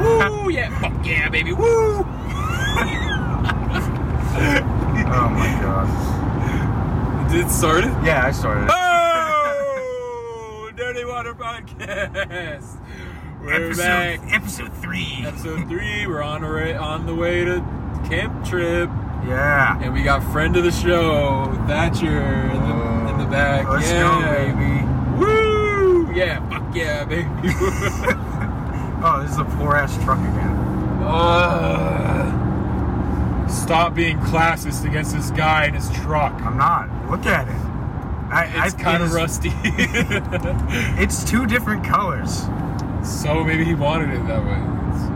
Woo! Yeah, fuck yeah, baby. Woo! Oh my god. Did it start? it? Yeah, I started. it. Oh! Dirty Water Podcast. We're episode, back. episode three. Episode three. We're on our on the way to camp trip, Yeah. and we got friend of the show Thatcher in the, in the back. Let's yeah. go, baby. Woo! Yeah, fuck yeah, baby. Oh, this is a poor ass truck again. Ugh. Stop being classist against this guy and his truck. I'm not. Look at it. I, It's I- kind it of is- rusty. It's two different colors. so maybe he wanted it that way. It's-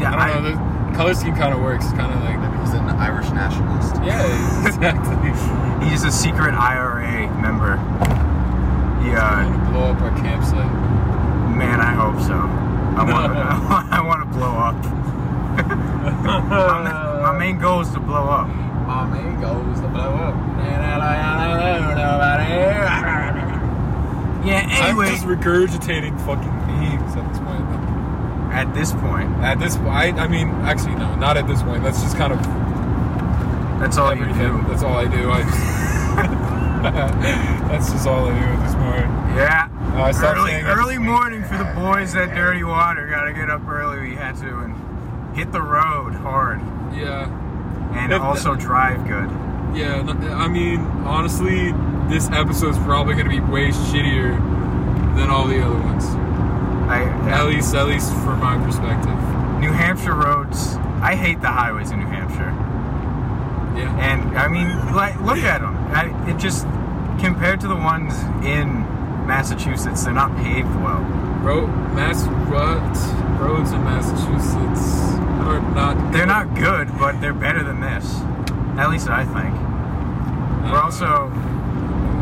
Yeah, I don't know. The color scheme kind of works. Kind of like He's an Irish nationalist. yeah, exactly. he's a secret IRA member. Yeah, Wanna blow up our campsite. man, I hope so. I want to. I want to blow up. My Uh. main goal is to blow up. My main goal is to blow up. And I don't know nobody. Yeah. I'm Anyway, just regurgitating fucking memes at this point. at this point, At this point, I, I mean, actually, no, not at this point. That's just kind of that's all you everything. do. That's all I do. I just, that's just all I do at this point. Yeah. I stopped early saying that early this morning for the boys at Dirty Water. Gotta get up early. We had to and hit the road hard Yeah, and If- also drive good. yeah. no- I mean, honestly, this episode's probably gonna be way shittier than all the other ones. I At least, at least from my perspective. New Hampshire roads. I hate the highways in New Hampshire. Yeah. And I mean, like, look at them. I, it just compared to the ones in Massachusetts, they're not paved well. Bro, Mass. What roads in Massachusetts are not? They're not good, but they're better than this. At least I think. Uh-huh. We're also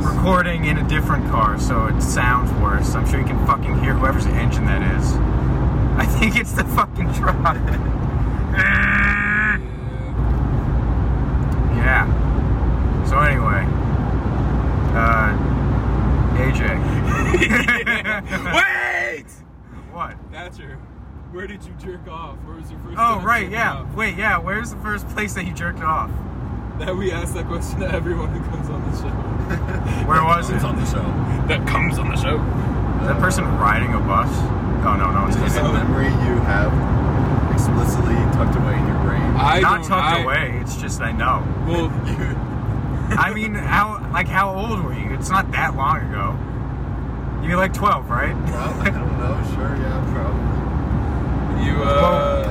recording in a different car, so it sounds worse. I'm sure you can fucking hear whoever's engine that is. I think it's the fucking truck. Yeah. yeah. So anyway, uh, AJ. Uh, Wait! What? Thatcher, where did you jerk off? Where was your first Oh time right, jerking yeah. off? Wait, yeah. Where's the first place that you jerked off? That we ask that question to everyone who comes on the show. Where was it? It's Is on the show. That comes on the show. that person riding a bus? Oh no, no, it's Is this a not, memory you have explicitly tucked away in your brain? I not don't- tucked I- away. It's just I know. Well, You, I mean, how like how old were you? It's not that long ago. You were like twelve, right? well, I don't know. Sure, yeah, probably. you uh,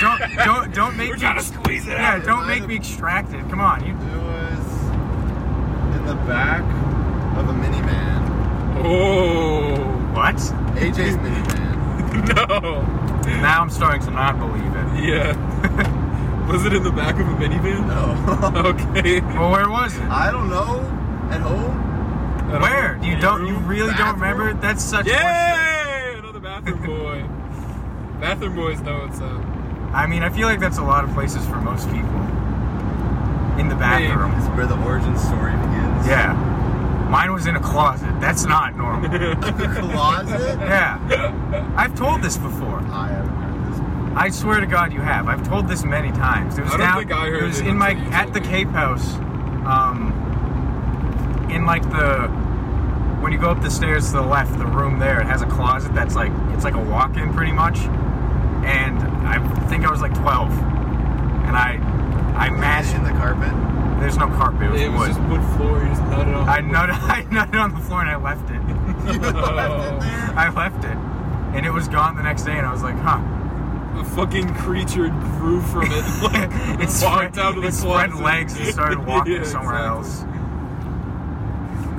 don't don't don't make we're me. trying to squeeze it yeah, out. don't make me distracted. Come on, you. It was in the back of a minivan. Oh What? AJ's minivan. no! Now I'm starting to not believe it. Yeah. was it in the back of a minivan? No. Okay. Well, where was it? Oh. I don't know. At home? Where? You don't. You really don't Bathroom? remember? That's such. Yay! Another bathroom boy. bathroom boys know what's up. I mean, I feel like that's a lot of places for most people. In the bathroom. It's where the origin story begins. Yeah. Mine was in a closet. That's not normal. The closet? yeah. I've told this before. I haven't heard this before. I swear to God, you have. I've told this many times. It was I don't down. think I heard it was it in my until you at told the me. Cape House. Um, in like the when you go up the stairs to the left, the room there, it has a closet that's like it's like a walk-in pretty much. And I think I was like 12, and I I in mashed. the carpet. There's no carpet. It was, It was wood. just wood floor. You just nutted on. I nutted, I nutted on the floor and I left it. You left it there. I left it. And it was gone the next day, and I was like, huh. a fucking creature grew from it. Like, it walked spread, out of the it spread closet. legs and started walking Yeah, somewhere exactly. else.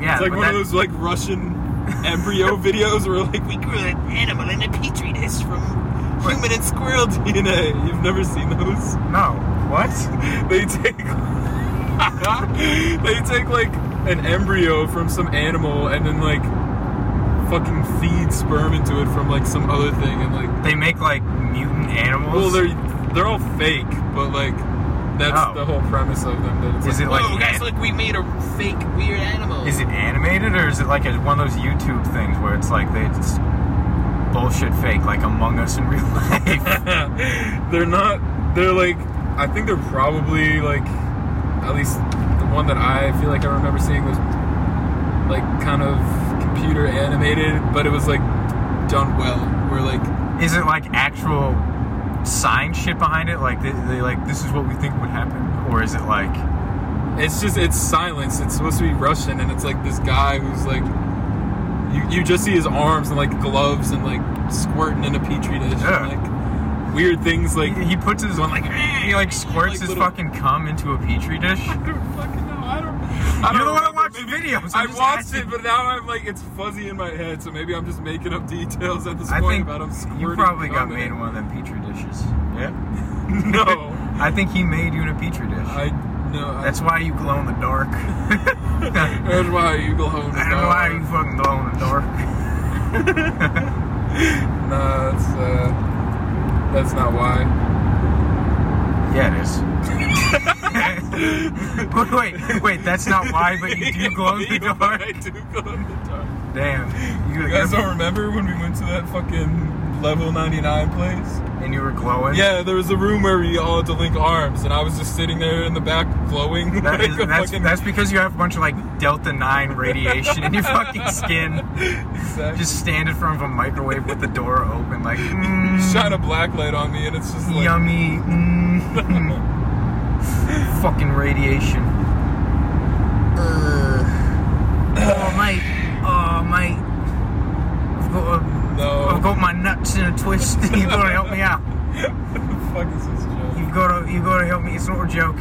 Yeah, It's like but one that, of those like Russian embryo videos where like we grew an animal in a petri dish from human and squirrel DNA. You've never seen those? No. What? They take they take like an embryo from some animal and then like fucking feed sperm into it from like some other thing and like They make like mutant animals? Well, they're they're all fake, but like that's Oh. the whole premise of them. That it's Is it like "Whoa, an guys, an- look, we made a fake weird animal. is it animated or is it like a, one of those YouTube things where it's like they just bullshit fake like Among Us in real life. they're not. They're like. I think they're probably like. At least the one that I feel like I remember seeing was like kind of computer animated, but it was like done well. Where like Is it like actual sign shit behind it? Like they, they like this is what we think would happen, or is it like it's just it's silence. It's supposed to be Russian, and it's like this guy who's like. You, you just see his arms and like gloves and like squirting in a petri dish Yeah. and like weird things like he, he puts his one like he like squirts Like his little- fucking cum into a petri dish? I don't fucking know. I don't. I You're don't the one that remember. watched Maybe- videos. I'm I just watched asking. it, but now I'm like, it's fuzzy in my head, so maybe I'm just making up details at this I point think about him squirting. you probably got cum in made in it. one of them petri dishes. Yeah. No, I think he made you in a petri dish. I no. I- That's why you glow in the dark. I That's why you go home. don't know why you fucking glow in the dark. Nah, that's uh, that's not why. Yeah, it is. wait, wait, wait, that's not why, but you do glow in the Yeah, dark. I do glow in the dark. Damn. You, You guys you're- don't remember when we went to that fucking level 99 place? and you were glowing? Yeah, there was a room where we all had to link arms, and I was just sitting there in the back glowing. That like is, a that's, fucking- that's because you have a bunch of like Delta 9 radiation in your fucking skin. Exactly. Just stand in front of a microwave with the door open, like, mm, shine a black light on me, and it's just like yummy. Mm. fucking radiation. Oh, mate. Oh, mate. I've got a. I've no. got my nuts in a twist. You've got to help me out. Fuck is this joke? You've got to, you've got to help me. It's not a joke.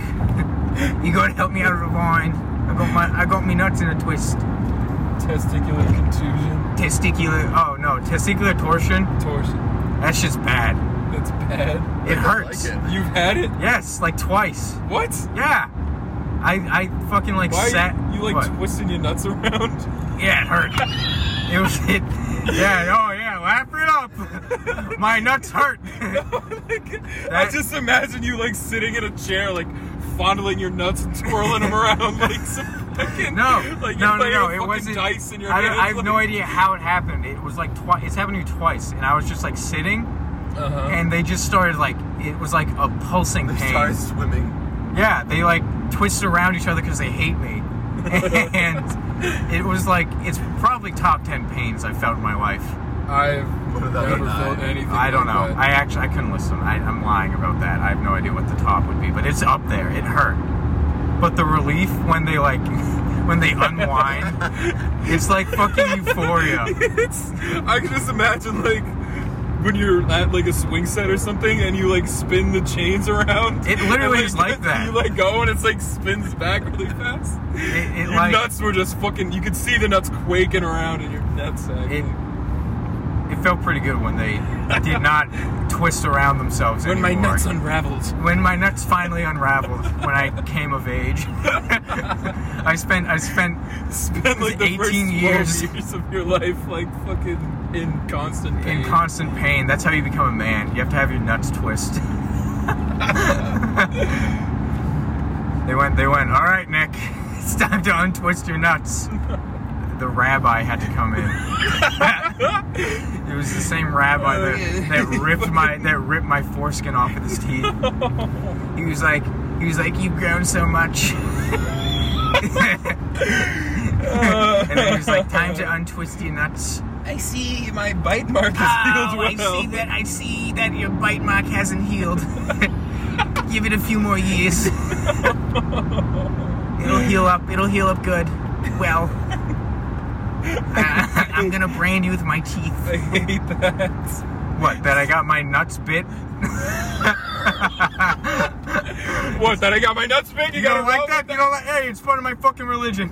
You got to help me out of the vine. I got my, I got me nuts in a twist. Testicular contusion, Testicular, oh no, testicular torsion. torsion. That's just bad. That's bad. It hurts. like it. You've had it. Yes, like twice. What? Yeah. I, I fucking like Why sat. are you, you like what? twisting your nuts around? Yeah, it hurt. it was it. Yeah. Oh yeah. Laugh it up. my nuts hurt. Like, I That- just imagine you like sitting in a chair, like fondling your nuts and twirling them around like some fucking No, like you're no, no, playing no. with It fucking wasn't. dice in your I, don't- hands, I have like, no idea how it happened. It was like twice. It's happened to me twice, and I was just like sitting, Uh-huh. and they just started like it was like a pulsing They pain. started swimming. Yeah, they like twisted around each other because they hate me, and it was like it's probably top ten pains I felt in my life. I've What are the other never felt nine? anything. I don't know. like that. I actually I couldn't list them. I, I'm lying about that. I have no idea what the top would be, but it's up there. It hurt. But the relief when they like when they unwind, it's like fucking euphoria. it's I can just imagine like when you're at like a swing set or something and you like spin the chains around. It literally and, is like that. You like go and it's like spins back really fast. It, it your like nuts were just fucking. You could see the nuts quaking around in your nutsack. it. It felt pretty good when they did not twist around themselves when my anymore. nuts unraveled. when my nuts finally unraveled when I came of age. I spent I spent Spend like the 18 first 12 years. years of your life like fucking in constant pain. in constant pain. That's how you become a man. You have to have your nuts twist. they went they went, all right, Nick, it's time to untwist your nuts. The rabbi had to come in. it was the same rabbi that, that ripped my that ripped my foreskin off with his teeth. He was like he was like, You've grown so much. and then he was like, Time to untwist your nuts. I see my bite mark is Oh, healed well. I see that. I see that your bite mark hasn't healed. Give it a few more years. It'll heal up. It'll heal up good. Well, I, I'm gonna brand you with my teeth. I hate that. What? That I got my nuts bit? What? That I got my nuts big? You, You gotta don't like roll that? You don't like? Hey, it's part of my fucking religion.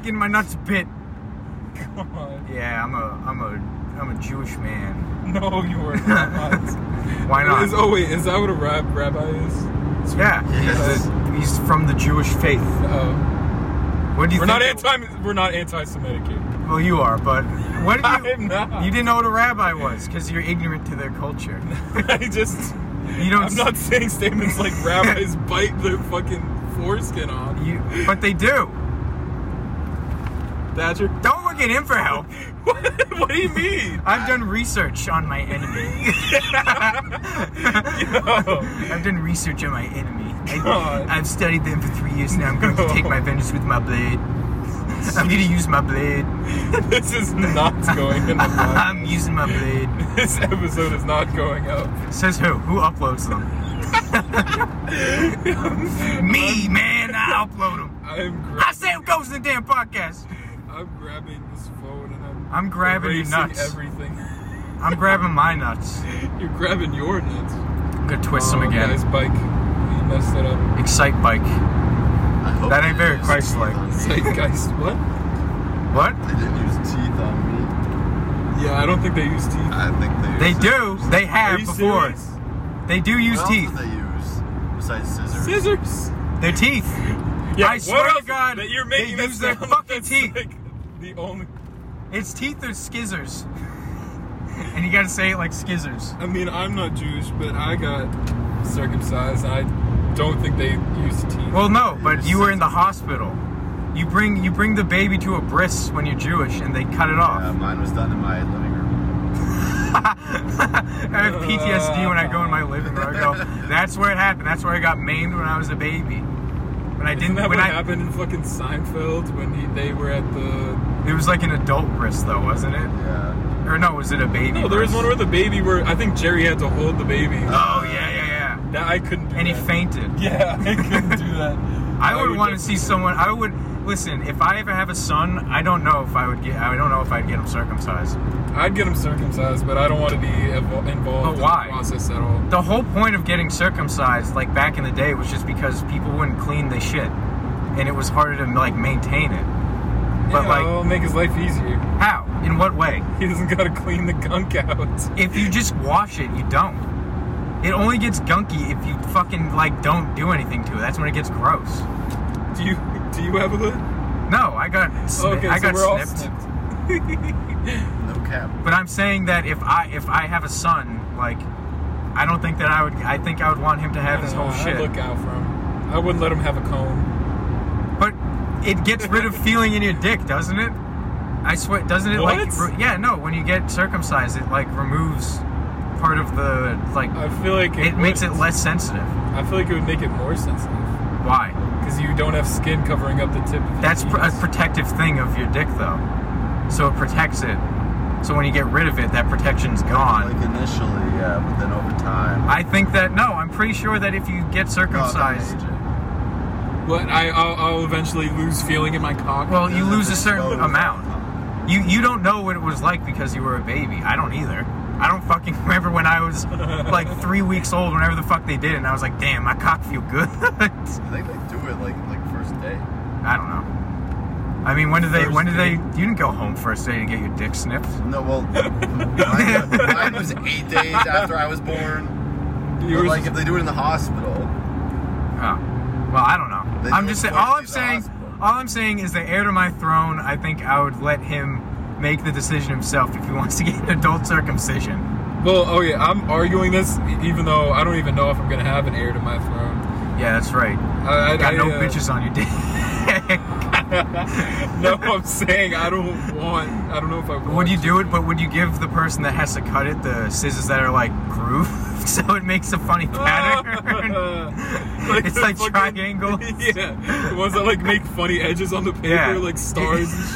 Getting my nuts bit. with- Come on. Yeah, I'm a, I'm a, I'm a Jewish man. No, you are not. Why not? Is, oh wait, is that what a rab- rabbi is? yeah, Yes. he's, a- he's from the Jewish faith. Oh. What do you? We're think not it- anti. We're not anti-Semitic here. Well, you are, but what did you? I'm not. You didn't know what a rabbi was because you're ignorant to their culture. I just. You don't. I'm not saying statements like rabbis bite their fucking foreskin off. You, but they do. Thatcher. Don't look at him for help. What, what do you mean? I've done research on my enemy. Yo. I've done research on my enemy. I, God. I've studied them for three years now. I'm going to take my vengeance with my blade. I'm going to use my blade. This is not going in the podcast. I'm using my blade. This episode is not going out. Says who? Who uploads them? Me, man. I upload them. I'm I gra- say it goes in the damn podcast. I'm grabbing this phone and I'm I'm grabbing your erasing nuts. everything. I'm grabbing my nuts. You're grabbing your nuts. I'm going to twist them Oh, again. Nice bike. You messed it up. Excite bike. I hope That they ain't very didn't use Christ-like. teeth on me. Zeitgeist. What? What? They didn't use teeth on me. Yeah, I don't think they use teeth. I think they. They used do. They Are have you before. serious? They do use what teeth. Else did they use besides scissors. Scissors. Their teeth. Yeah, I what swear to else? God, that you're they making that use their sound fucking that's, teeth. like, the only. It's teeth or scissors. and you gotta say it like scissors. I mean, I'm not Jewish, but I got circumcised. I don't think they use teeth. Well, no, but you were in the hospital. You bring you bring the baby to a bris when you're Jewish, and they cut it Yeah, off. mine was done in my living room. I have PTSD when I go in my living room. I go, that's where it happened. That's where I got maimed when I was a baby. When I Isn't didn't, that when what I, happened in fucking Seinfeld when he, they were at the? it was like an adult bris though, wasn't it? Yeah. Or no, was it a baby? No, there was bris? one where the baby were. I think Jerry had to hold the baby. Oh yeah, yeah, yeah. That I couldn't do. And he that. fainted. Yeah, I couldn't do that. I would, want to definitely- see someone. I would listen. If I ever have a son, I don't know if I would get. I don't know if I'd get him circumcised. I'd get him circumcised, but I don't want to be invo- involved But in why? the process at all. The whole point of getting circumcised, like back in the day, was just because people wouldn't clean the shit, and it was harder to like maintain it. But, yeah, like- it'll make his life easier. How? In what way? He doesn't gotta clean the gunk out. If you just wash it, you don't. It only gets gunky if you fucking like don't do anything to it. That's when it gets gross. Do you do you have a lid? No, I got sni- Okay, I so got we're all snipped. snipped. No cap. But I'm saying that if I if I have a son, like I don't think that I would. I think I would want him to have his whole Uh, I'd shit. look out for him. I wouldn't let him have a cone. But it gets rid of feeling in your dick, doesn't it? I swear, doesn't it like? What? re- yeah, no. When you get circumcised, it like removes part of the like. I feel like it makes it would- less sensitive. I feel like it would make it more sensitive Why? because you don't have skin covering up the tip. Of your That's pr- a penis. protective thing of your dick, though. So it protects it. So when you get rid of it, that protection's gone. Like initially, yeah, but then over time. I think that no, I'm pretty sure that if you get circumcised, Oh, But I I'll, I'll eventually lose feeling in my cock. well, that you age. lose a It's certain exposed. amount. You you don't know what it was like because you were a baby. I don't either. I don't fucking remember when I was like three weeks old, whenever the fuck they did, and I was like, damn, my cock feel good. I I think they do it like like first day. don't know. I mean, when did they? When did First they? date. You didn't go home first day to get your dick snipped. No, well, mine, mine was eight days after I was born. But Yours like, is- if they do it in the hospital, Oh. Well, I don't know. They I'm do just it saying. All I'm towards the saying. hospital. All I'm saying is the heir to my throne. I think I would let him make the decision himself if he wants to get an adult circumcision. Well, oh yeah, I'm arguing this e- even though I don't even know if I'm gonna have an heir to my throne. Yeah, that's right. I, I Got I, no uh, bitches on your dick. No, I'm saying I don't want. I don't know if I want. Would you to. do it? But would you give the person that has to cut it the scissors that are like grooved, so it makes a funny pattern? It's the like triangles. Yeah, the ones that like make funny edges on the paper, Yeah. like stars and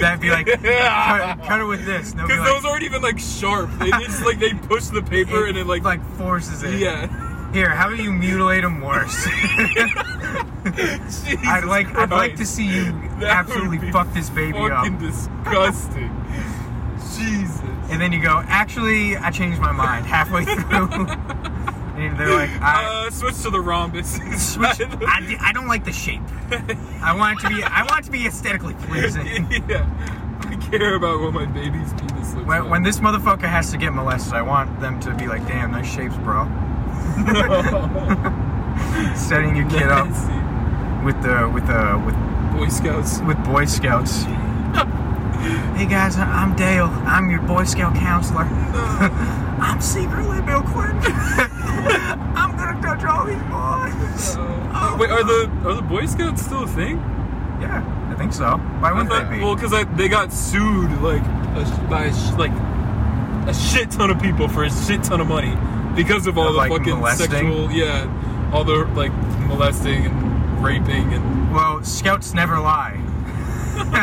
That'd be like cut, cut it with this. No, Because those aren't even like sharp. They just like they push the paper and it like, like forces it. yeah. Here, how do you mutilate them worse? Jesus I'd like I'd like Christ. to see you That would absolutely be fuck this baby up, Fucking disgusting. Jesus. and then you go. Actually, I changed my mind halfway through, and they're like, I. uh, switch to the rhombus. Switch. I, di- I don't like the shape. I want it to be. I want it to be aesthetically pleasing. yeah. I care about what my baby's penis looks When, like. when this motherfucker has to get molested, I want them to be like, damn, nice shapes, bro. Setting your kid up Nancy. with the with the with Boy Scouts. with Boy Scouts. hey guys, I- I'm Dale. I'm your Boy Scout counselor. Uh. I'm secretly Bill Clinton. I'm gonna touch all these boys. Uh, wait, are the are the Boy Scouts still a thing? Yeah, I think so. Why wouldn't But- they be? Well, because they got sued like a, sh- by a sh- like a shit ton of people for a shit ton of money because of all Of, the like, fucking molesting? sexual, yeah, all the like molesting and raping and Well, scouts never lie.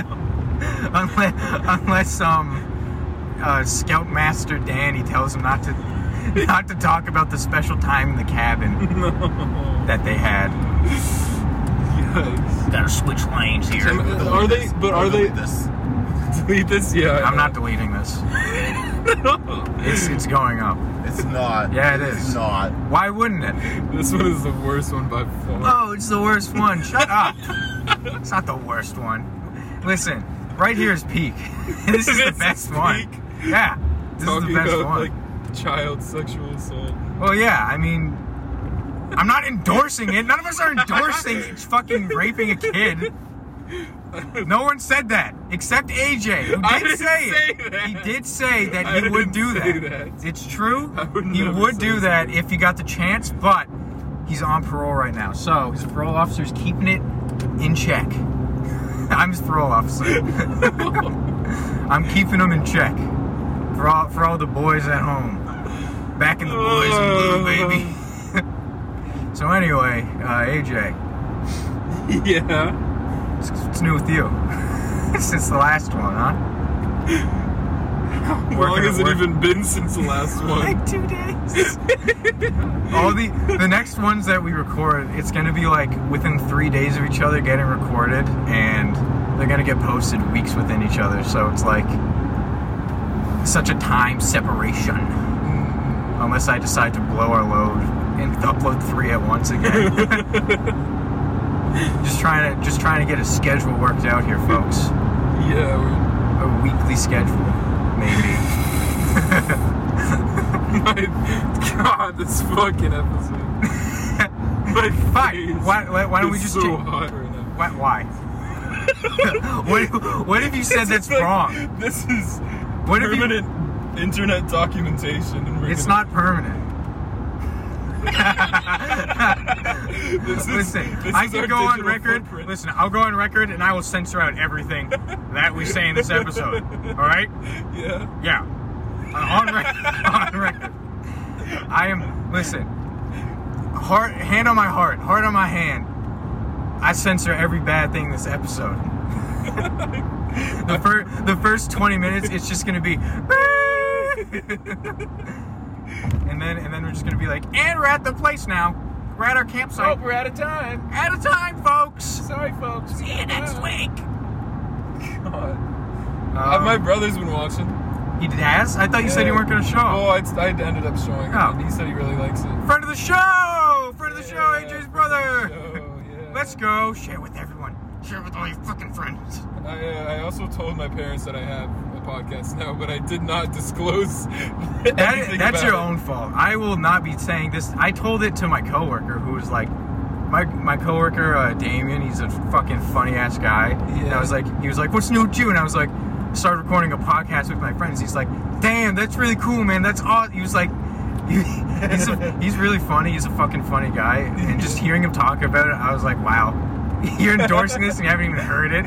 unless, unless um, uh, Scout Master Danny tells him not to, not to talk about the special time in the cabin that they had. yikes. Gotta switch lanes Some- here. Are they- Delete but are they- Delete This. Delete this, yeah. I I'm know. not deleting this. It's it's going up. It's not. Yeah, it It's is. not. Why wouldn't it? This one is the worst one by far. Oh, it's the worst one. Shut up. It's not the worst one. Listen, right here is peak. This is the This best is one. peak. Yeah, this is the Talking best about one. like child sexual assault. Well, yeah, I mean, I'm not endorsing it. None of us are endorsing fucking raping a kid. No one said that except AJ, who did I didn't say, say it. that. He did say that I he would didn't do say that. that. It's true. I would he never would say do that that. if he got the chance, but he's on parole right now, so his parole officer's keeping it in check. I'm his parole officer. I'm keeping him in check for all for all the boys at home. Back in the boys blue, baby. So anyway, uh, AJ, yeah. it's, it's new with you since the last one, huh? How Working long at has it work. even been since the last one? two days. all the the next ones that we record, it's gonna be like within three days of each other getting recorded, and they're gonna get posted weeks within each other. So it's like such a time separation. Unless I decide to blow our load and upload three at once again. just trying to just trying to get a schedule worked out here, folks. yeah. A weekly schedule, maybe. we're- My God, this fucking episode. My Fine. face Why, why, why don't we is just so take- hot right now? Why? why? what, if- what if you said that's It's like, wrong? This is What if you- permanent internet documentation, and we're It's gonna- not permanent. This is, Listen, this I is can our go on digital record. footprint. Listen, I'll go on record and I will censor out everything that we say in this episode. All right? Yeah. Yeah. Uh, on, rec- on record. I am. Listen. Heart, hand on my heart, heart on my hand. I censor every bad thing this episode. the, fir- the first 20 minutes, it's just gonna be. and then, and then we're just gonna be like, and we're at the place now. We're at our campsite. we're out of time. out of time, folks. Sorry, folks. See you next week. God. Um, My brother's been watching. he has. I thought you said you Yeah. weren't gonna show. up. Oh, I, I ended up showing Oh. him. and He said he really likes it. Friend of the show! Friend of the show, Yeah. AJ's brother! So, yeah. Let's go share with everyone. Share with all your fucking friends. I, uh, I also told my parents that I have a podcast now, but I did not disclose. That, anything that's about your it. own fault. I will not be saying this. I told it to my coworker who was like, my, my coworker uh, Damien, he's a fucking funny ass guy. And I Yeah. was like, he was like, what's new with you? And I was like, started recording a podcast with my friends. He's like, damn, that's really cool, man. That's awesome. He was like, he's a, he's really funny. He's a fucking funny guy. And just hearing him talk about it, I was like, wow, you're endorsing this and you haven't even heard it.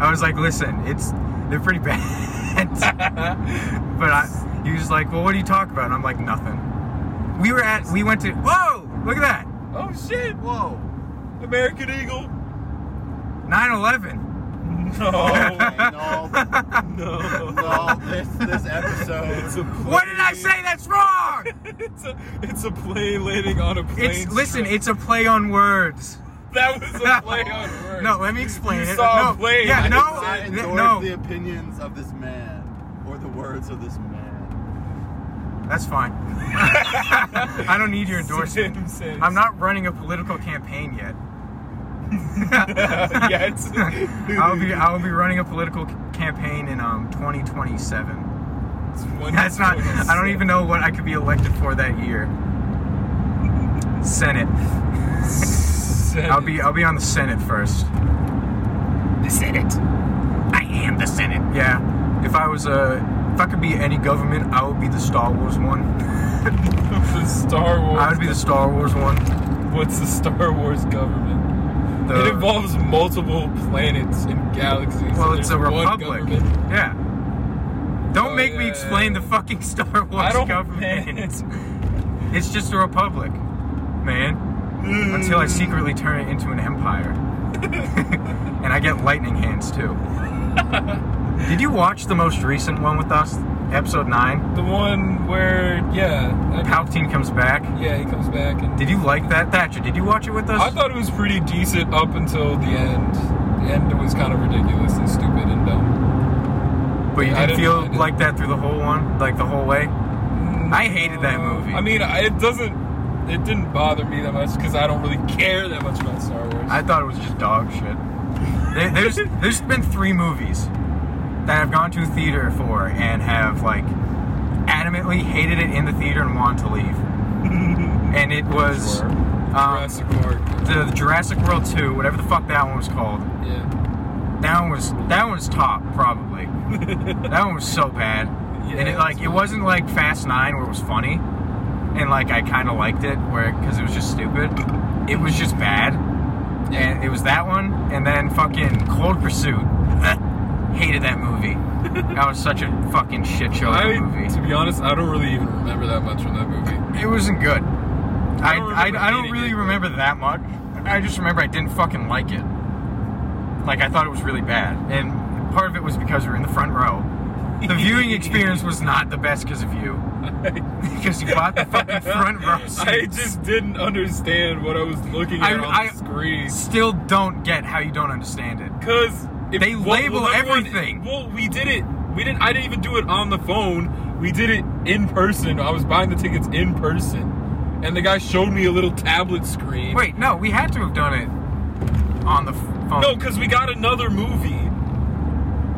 I was like, listen, it's they're pretty bad. But I, he was like, "Well, what do you talk about?" And I'm like, "Nothing." We were at, we went to. Whoa! Look at that. Oh shit! Whoa. American Eagle. 9/11. No, Oh, No, Oh, no. no, this this episode. It's a plane. What did I say? That's wrong. It's a, it's a plane landing on a plane. It's listen. strip. It's a play on words. that was a play on words. No, let me explain You it. saw a no, plane. Yeah, I no, Does that I- endorse no. the opinions of this man or the words of this man. That's fine. I don't need your endorsement. Sam says- I'm not running a political campaign yet. yeah, it's, I'll be I'll be running a political c- campaign in um 2027. it's one- That's not. I don't even know what I could be elected for that year. Senate. Senate. I'll be. I'll be on the Senate first. The Senate. I am the Senate. Yeah. If I was a, if I could be any government, I would be the Star Wars one. the Star Wars. I would be the Star Wars one. What's the Star Wars government? the it involves multiple planets and galaxies. well, and it's a there's one republic. government. Yeah. Don't Oh, make me yeah, explain yeah. the fucking Star Wars I don't- government. it's just a republic, man. Until I secretly turn it into an empire. and I get lightning hands too. Did you watch the most recent one with us? Episode 9? The one where, yeah, I- Palpatine comes back. yeah, he comes back and. Did you like that, Thatcher? Did you watch it with us? I thought it was pretty decent up until the end. The end was kind of ridiculous and stupid and dumb. but you I didn't didn't- feel I didn't- like that through the whole one? Like the whole way? I hated that Uh, movie. I mean, I- it doesn't. It didn't bother me that much because I don't really care that much about Star Wars. I thought it was just dog shit. There, there's there's been three movies that I've gone to theater for and have like adamantly hated it in the theater and wanted to leave. And it was Sure. um, Jurassic Park. the, the Jurassic World 2, whatever the fuck that one was called. yeah. That one was that one was top probably. that one was so bad. Yeah, and it it like was it wasn't like Fast 9 where it was funny and like I kind of liked it where cuz it was just stupid. It was just bad. And it was that one, and then fucking Cold Pursuit. Hated that movie. That was such a fucking shit show of a I, to movie. be honest, I don't really even remember that much from that movie. It wasn't good. I don't I, remember I, don't hating really it. remember that much. I just remember I didn't fucking like it. Like I thought it was really bad, and part of it was because we were in the front row. The viewing experience was not the best because of you. Because you bought the fucking front row I seats. just didn't understand what I was looking at I- on I- the screen. Still don't get how you don't understand it. Because They label everything. well, we did it. We didn't. I didn't even do it on the phone. We did it in person. I was buying the tickets in person, and the guy showed me a little tablet screen. Wait, no, we had to have done it on the f- phone. no, because we got another movie,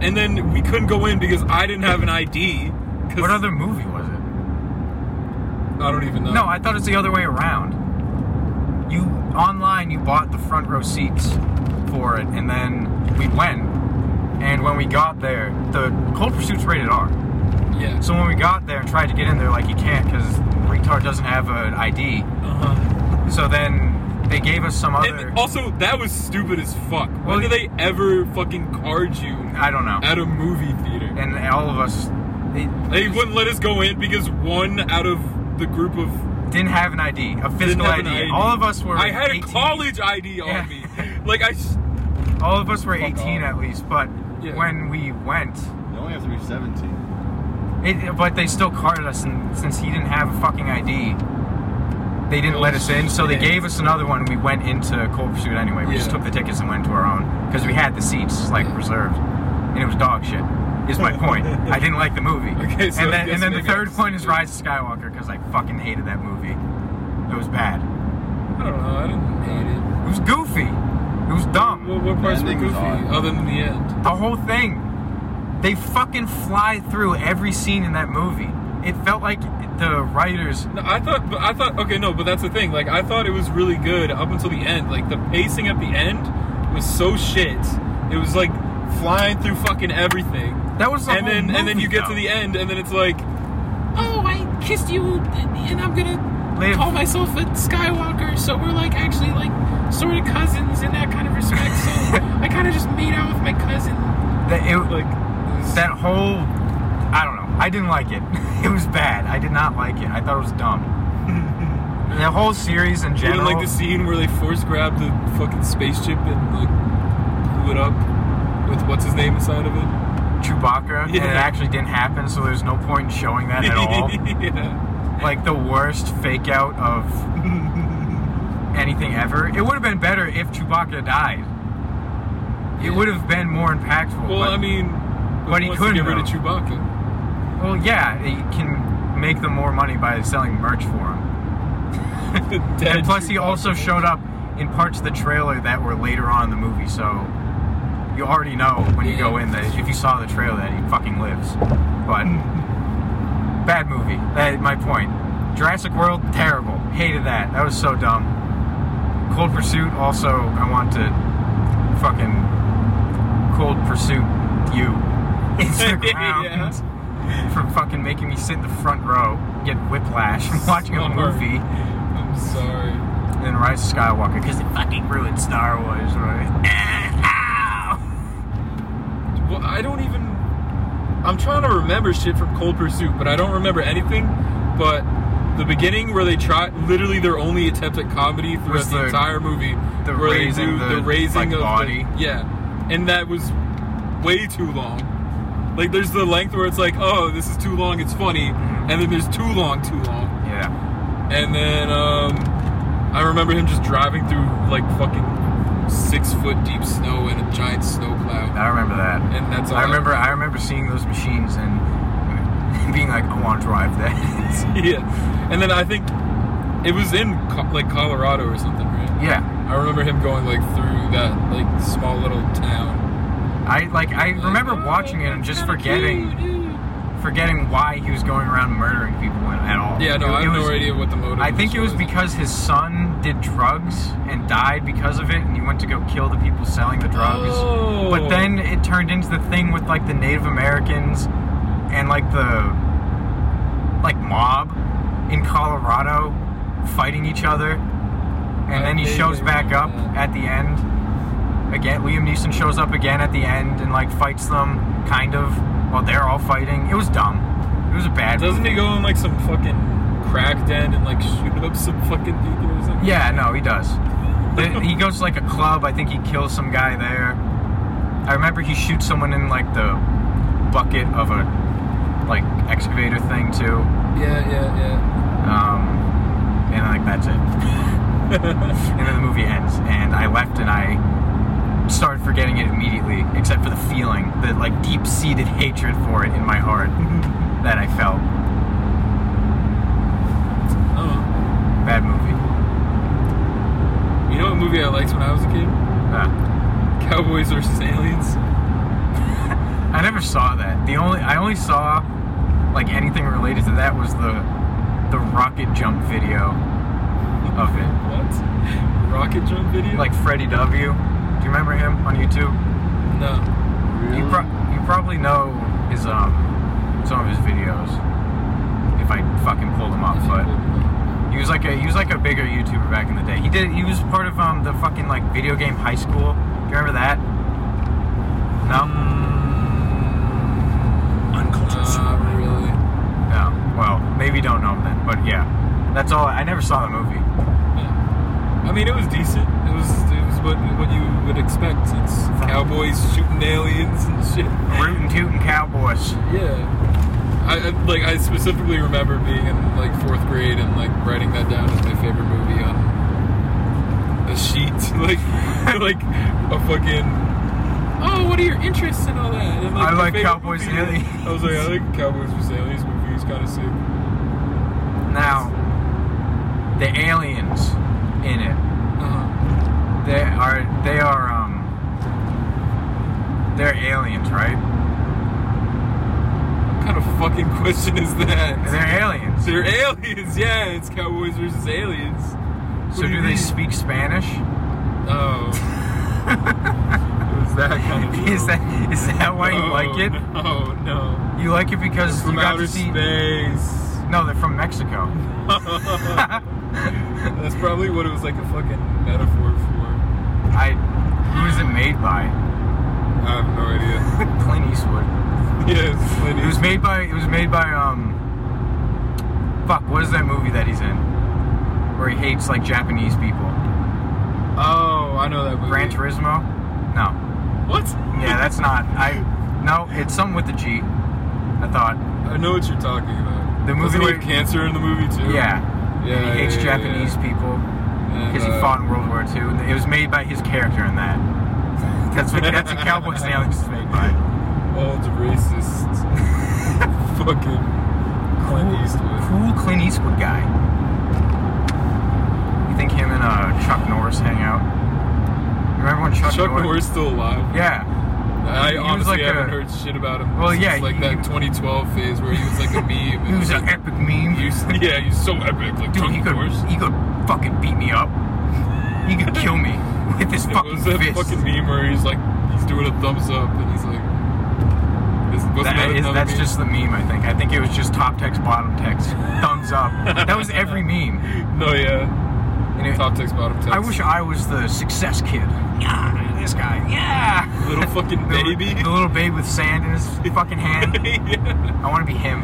and then we couldn't go in because I didn't have an ID. 'cause- what other movie was it? I don't even know. No, I thought it's the other way around. You online, you bought the front row seats for it, and then we went. And when we got there, the Cold Pursuit's rated R. yeah. So when we got there and tried to get in, they're like, you can't because retard doesn't have an ID. Uh-huh. So then they gave us some other. And also, that was stupid as fuck. Well, when do they ever fucking card you I don't know. at a movie theater? And all of us, they They wouldn't let us go in because one out of the group of didn't have an ID, a didn't physical have an ID. All of us were. I had 18. a college ID on Yeah. me. Like I, s- All of us were Fuck 18 off. at least, but Yeah. when we went, You only have to be 17. it, but they still carded us, and since he didn't have a fucking ID, they didn't let us in. So they Bullshit. gave us another one. and We went into Cold Pursuit anyway. We just Yeah. took the tickets and went to our own because we had the seats like reserved, and it was dog shit. Is my point. I didn't like the movie. Okay, so and I then, guess and then the maybe I third was point is stupid. Rise of Skywalker because I fucking hated that movie. It was bad. I don't know. I didn't hate it. It was goofy. It was dumb. What, what parts were ending was goofy odd. other than the end? the whole thing. They fucking fly through every scene in that movie. It felt like the writers. No, I thought, but I thought, okay, no, but that's the thing. Like I thought it was really good up until the end. Like the pacing at the end was so shit. It was like flying through fucking everything. That was the and whole then and then movie, you get though. to the end, and then it's like, oh, I kissed you, and I'm gonna Live. call myself a Skywalker. So we're like actually like sort of cousins in that kind of respect. So I kind of just made out with my cousin. That, it- Like that whole. I don't know. I didn't like it. It was bad. I did not like it. I thought it was dumb. the whole series in You didn't general. like the scene where they force grabbed the fucking spaceship and like blew it up with what's his name inside of it. Chewbacca, Yeah. and it actually didn't happen, so there's no point in showing that at all. yeah. like the worst fake out of anything ever. It would have been better if Chewbacca died. It would have been more impactful. Well, but, I mean, but he wants to couldn't, get rid of though. Chewbacca. well, yeah, he can make them more money by selling merch for him. Dead and plus, he Chewbacca. also showed up in parts of the trailer that were later on in the movie, so you already know when you go Yeah. in that if you saw the trailer that he fucking lives. But bad movie. That my point. Jurassic World, terrible. Hated that. That was so dumb. Cold Pursuit, also, I want to fucking Cold Pursuit you. Instagram Yeah. for fucking making me sit in the front row, get whiplash from watching a Bummer. movie. I'm sorry. And than Rise of Skywalker because it fucking ruined Star Wars, right? Well, I don't even. I'm trying to remember shit from Cold Pursuit, but I don't remember anything. But the beginning where they try, literally their only attempt at comedy throughout Was the, the- entire movie, the where raising they do the, the raising like, of body. The, yeah, and that was way too long. Like there's the length where it's like, oh, this is too long, it's funny, and then there's too long, too long, yeah. and then um, I remember him just driving through like fucking six foot deep snow in a giant snow cloud, I remember that. and that's all I remember I remember seeing those machines and being like, I want to drive that. yeah, and then I think it was in Co- like Colorado or something, right? yeah. I remember him going like through that like small little town. I like I remember Like, watching it "Oh, and that's just kinda forgetting cute, forgetting why he was going around murdering people at all. eh." Yeah, no, It- I it have was- no idea what the motive. I think it was was because his son did drugs and died because of it, and he went to go kill the people selling the drugs. Oh. But then it turned into the thing with like the Native Americans and like the like mob in Colorado fighting each other, and I then he vaguely shows back up remember that. at the end. Again, Liam Neeson shows up again at the end and like fights them, kind of, while they're all fighting. It was dumb. It was a bad. doesn't he movie. go in like some fucking crack den and like shoot up some fucking people or something? Yeah, no, he does. The- he goes to like a club. I think he kills some guy there. I remember he shoots someone in like the bucket of a like excavator thing too. yeah, yeah, Um, and like that's it. yeah. And then the movie ends. And I left and I started forgetting it immediately, except for the feeling, the like deep seated hatred for it in my heart that I felt. oh, Bad movie. you know what movie I liked when I was a kid? Uh, Cowboys versus Aliens. I never saw that. The only I only saw like anything related to that was the the rocket jump video of it. What? Rocket jump video? Like Freddie W. Do you remember him on YouTube? no. You pro- you probably know his um some of his videos. If I fucking pulled him up, but he was like a he was like a bigger YouTuber back in the day. He did he was part of um the fucking like video game high school. Do you remember that? No? Mm. Uncultured Uh, really? No. Well, maybe you don't know him then, but yeah. That's all I never saw the movie. Yeah. I mean, it was decent. It was it was what what you would expect. It's cowboys shooting aliens and shit. Rootin' Tootin' Cowboys. Yeah. I, I like I specifically remember being in like fourth grade and like writing that down as my favorite movie on a sheet, like like a fucking. Oh, what are your interests and all that? And, I your like favorite Cowboys movie- and Aliens. I was like, I like Cowboys vs Aliens movie. It's kind of sick. Now, the aliens in it, Uh-huh. they are they are um they're aliens, right? What kind of fucking question is that? They're aliens. They're aliens, yeah. It's Cowboys versus aliens. So What do you they mean? speak Spanish? Oh. it was that kind of. Is joke. that is that why you Oh, like it? Oh no! You like it because From you got outer to see. space. No, they're from Mexico. That's probably what it was like a fucking metaphor for. I who is it made by? I have no idea. Clint Eastwood. yeah, it's Clint It was Eastwood. made by it was made by um fuck, what is that movie that he's in? Where he hates like Japanese people. Oh, I know that movie. Gran Turismo? No. What? Yeah, that's not I no, it's something with the G. I thought. I know what you're talking about. The Wasn't movie he where- cancer in the movie too. Yeah. Yeah, and he hates yeah, yeah, Japanese yeah. people And, because he uh, fought in World War II and it was made by his character in that. That's what that's what Cowboys and Aliens is made by. Old racist. fucking Clint Eastwood. Cool Clint Eastwood guy. You think him and uh, Chuck Norris hang out? Remember when Chuck, Chuck Norris Norris still alive. Yeah. I He was honestly like haven't a- heard shit about him. Well, since, yeah, like he- that 2012 phase where he was like a meme. He and, was like, an epic meme. You, yeah, he's so epic. Like, Dude, he Chuck could Norris. he could fucking beat me up. He could kill me with his It fucking was that fist. fucking meme where he's like, he's doing a thumbs up and he's like, is, wasn't that, that is, another that's meme? just the meme, I think. I think it was just top text, bottom text, thumbs up. That was every meme. No, yeah. Anyway, Top six, bottom six. I wish I was the success kid. Yeah, this guy. Yeah. little fucking The- baby. The little babe with sand in his fucking hand. Yeah. I want to be him,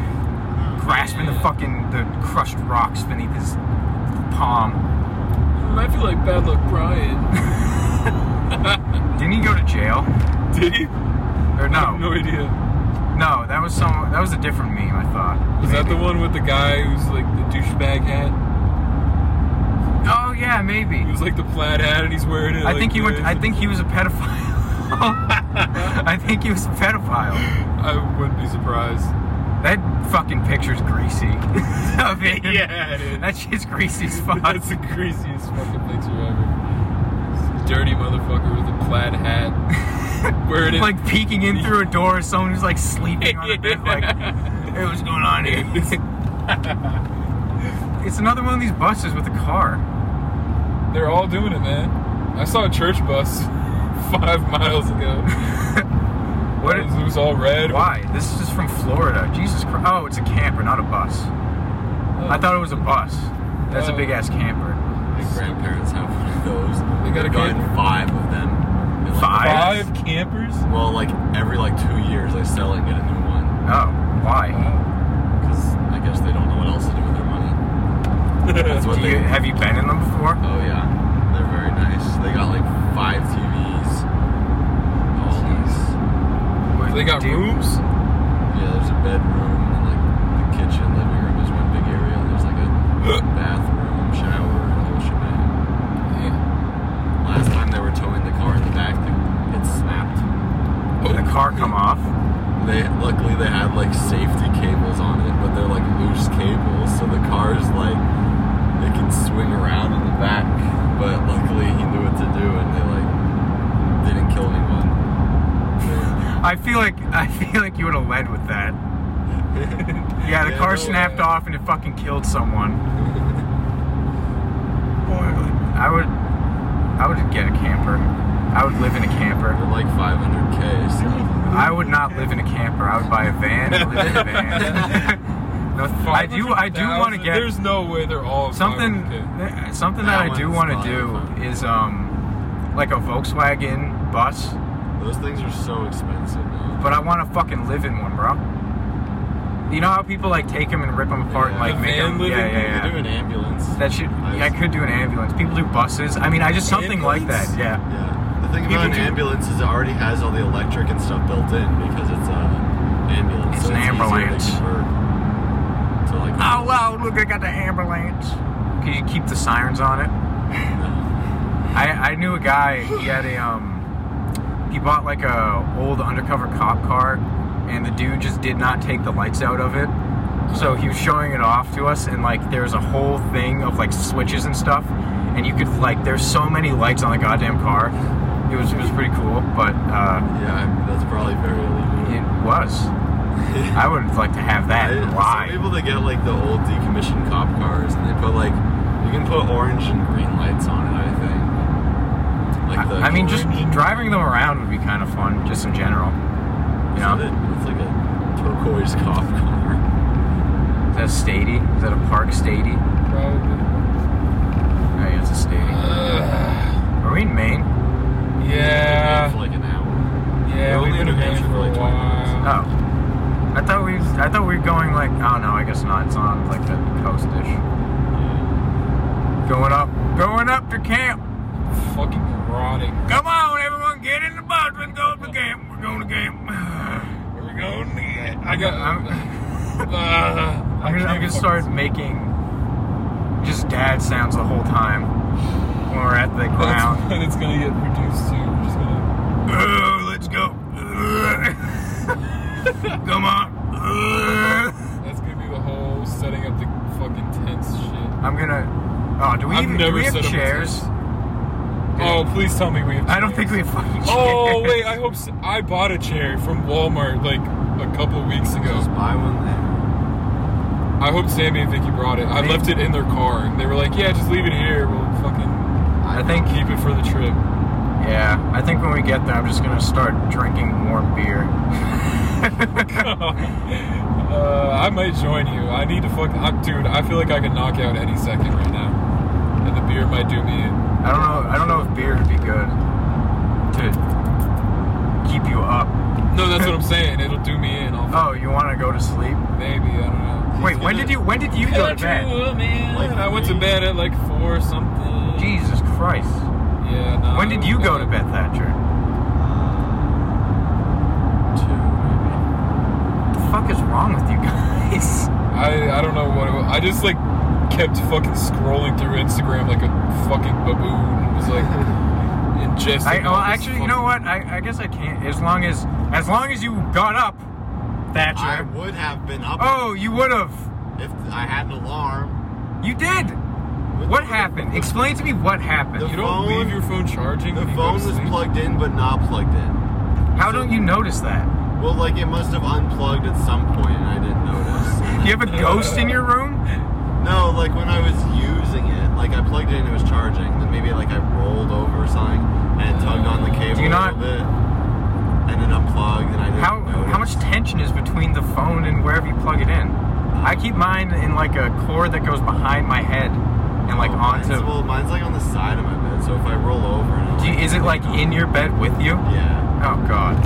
grasping the fucking the crushed rocks beneath his palm. I feel like bad luck Brian. Didn't he go to jail? Did he? Or I no? have no idea. No, that was some. That was a different meme. I thought. Was that the one with the guy who's like the douchebag hat? Oh yeah, maybe. He was like the plaid hat and he's wearing it. I like think he went. this. I think he was a pedophile. I think he was a pedophile. I wouldn't be surprised. That fucking picture's greasy. I mean, Yeah, it is. that shit's greasy as fuck. That's the greasiest fucking picture ever. Dirty motherfucker with a plaid hat. Wearing it. like peeking in through a door, someone who's like sleeping on a bed, like, hey, what's going on here? it's another one of these buses with a car. They're all doing it, man. I saw a church bus five miles ago. What? it was, it was all red. why? This is from Florida. Jesus Christ! Oh, it's a camper, not a bus. Oh, I thought it was a bus. That's Oh. a big ass camper. My grandparents have one of those. They got a They've gotten kid? five of them. in, like, Five? five campers. Well, like every like two years, I sell it and get a new one Oh, why? Wow. because I guess they don't know what else to do with their money. That's what Do they. you, have you been in them before? oh yeah, they're very nice. They got like five TVs. All these. they got Do you- rooms. Yeah, there's a bedroom and like the kitchen, living room is one big area. There's like a bathroom, shower, the whole shebang. Last time they were towing the car in the back, the, it snapped. Did the car come off? They luckily they had like safety cables on it, but they're like loose cables, so the car's like it can swing around in the back. But luckily he knew what to do, and they like didn't kill anyone. I feel like I feel like you would have led with that. Yeah, the Yeah, car no snapped way. off and it fucking killed someone. Boy, I would, I would get a camper. I would live in a camper. They're like 500k. So. I would not live in a camper. I would buy a van. And live in a van. no, I do. I do want to 500,000? get There's no way they're all something. 500K. Something that Oh, That I do one's want to fine. do is um, like a Volkswagen bus. Those things are so expensive. Though. But I want to fucking live in one, bro. You know how people like take them and rip them apart and Yeah. like The make van them. living Yeah, thing, yeah, They do yeah. an ambulance. That should. I could do an ambulance. People do buses. I mean, I just something like Ambulance? that. Yeah. yeah. The thing about People an do- ambulance is it already has all the electric and stuff built in because it's a ambulance. It's an easier to ambulance. convert To like. Oh wow! Look, I got the ambulance. Can you keep the sirens on it? I I knew a guy. He had a um. He bought like a old undercover cop car, and the dude just did not take the lights out of it. So he was showing it off to us, and like there's a whole thing of like switches and stuff, and you could like there's so many lights on the goddamn car. It was it was pretty cool, but uh, Yeah, I mean, that's probably very illegal. it was. I would like to have that I- live. Some people that get like the old decommissioned cop cars and they put like you can put orange and green lights on it. I think. Like the I, I mean, just orange- driving them around would be kind of fun, just in general. You know, Isn't it? It's like a turquoise cop car. is that a statey? Is that a park statey? Probably. I guess it's a statey. Uh, Are we in Maine? Uh. yeah. for like an hour. Yeah, We're we've only been in in New Maine for Hampshire for a like 20 minutes. Oh, while. I thought we I thought we were going like oh no, I guess not. It's on like the coastish. Yeah. Going up, going up to camp. Fucking rotting. Come on, everyone, get in the bus. Let's go up to camp. We're going to camp. We're going to get. I got. I'm- uh, I I'm gonna, I'm can't gonna fucking start speak. making just dad sounds the whole time when we're at the ground. That's, and it's gonna get produced too. We're Uh, just gonna. let's go. Come on. That's gonna be the whole setting up the fucking tents shit. I'm gonna. Oh, do we I've even do never we set have up a chairs? tent. Oh, please tell me we have. I don't think we chairs. have fucking chairs. Oh wait, I hope so. I bought a chair from Walmart like a couple weeks Just ago. buy one there. I hope Sammy and Vicky brought it. I Maybe. left it in their car. and They were like, "Yeah, just leave it here. We'll fucking I think. keep it for the trip." Yeah, I think when we get there, I'm just gonna start drinking warm beer. uh, I might join you. I need to fuck. I'm, dude, I feel like I can knock out any second right now. and the beer might do me in. I don't know. I don't know if beer would be good to keep you up. No, that's what I'm saying. It'll do me in. I'll Oh, you want to go to sleep? maybe I don't know. Wait, when gonna- did you? When did you go to bed? woman. Like I went to me. bed at like four something. Jesus Christ! Yeah. No, When I did was you go to bad. bed, Thatcher? Two, maybe. What the fuck is wrong with you guys? I I don't know what it was. I just like kept fucking scrolling through Instagram like a fucking baboon. and was like ingesting. I, all well, this actually, you fucking- know what? I, I guess I can't. As long as, as long as you got up, I Thatcher. would have been up Oh, you would have. if I had an alarm. You did. What, What happened? Explain to me what happened. The- You don't phone- leave your phone charging. The when you go phone to was sleep? plugged in but not plugged in. How don't you notice that? Well, like it must have unplugged at some point and I didn't notice. Do you have a ghost in your room? No, like when I was using it, like I plugged it in, it was charging. Then maybe like I rolled over or something and it tugged on the cable Do you not- a little bit, and then unplugged. And I didn't How notice. how much tension is between the phone and wherever you plug it in? I keep mine in like a cord that goes behind my head and like Oh, mine's, onto. Well, mine's like on the side of my bed, so if I roll over, and Do you- is it like in your bed with you? Yeah. Oh god.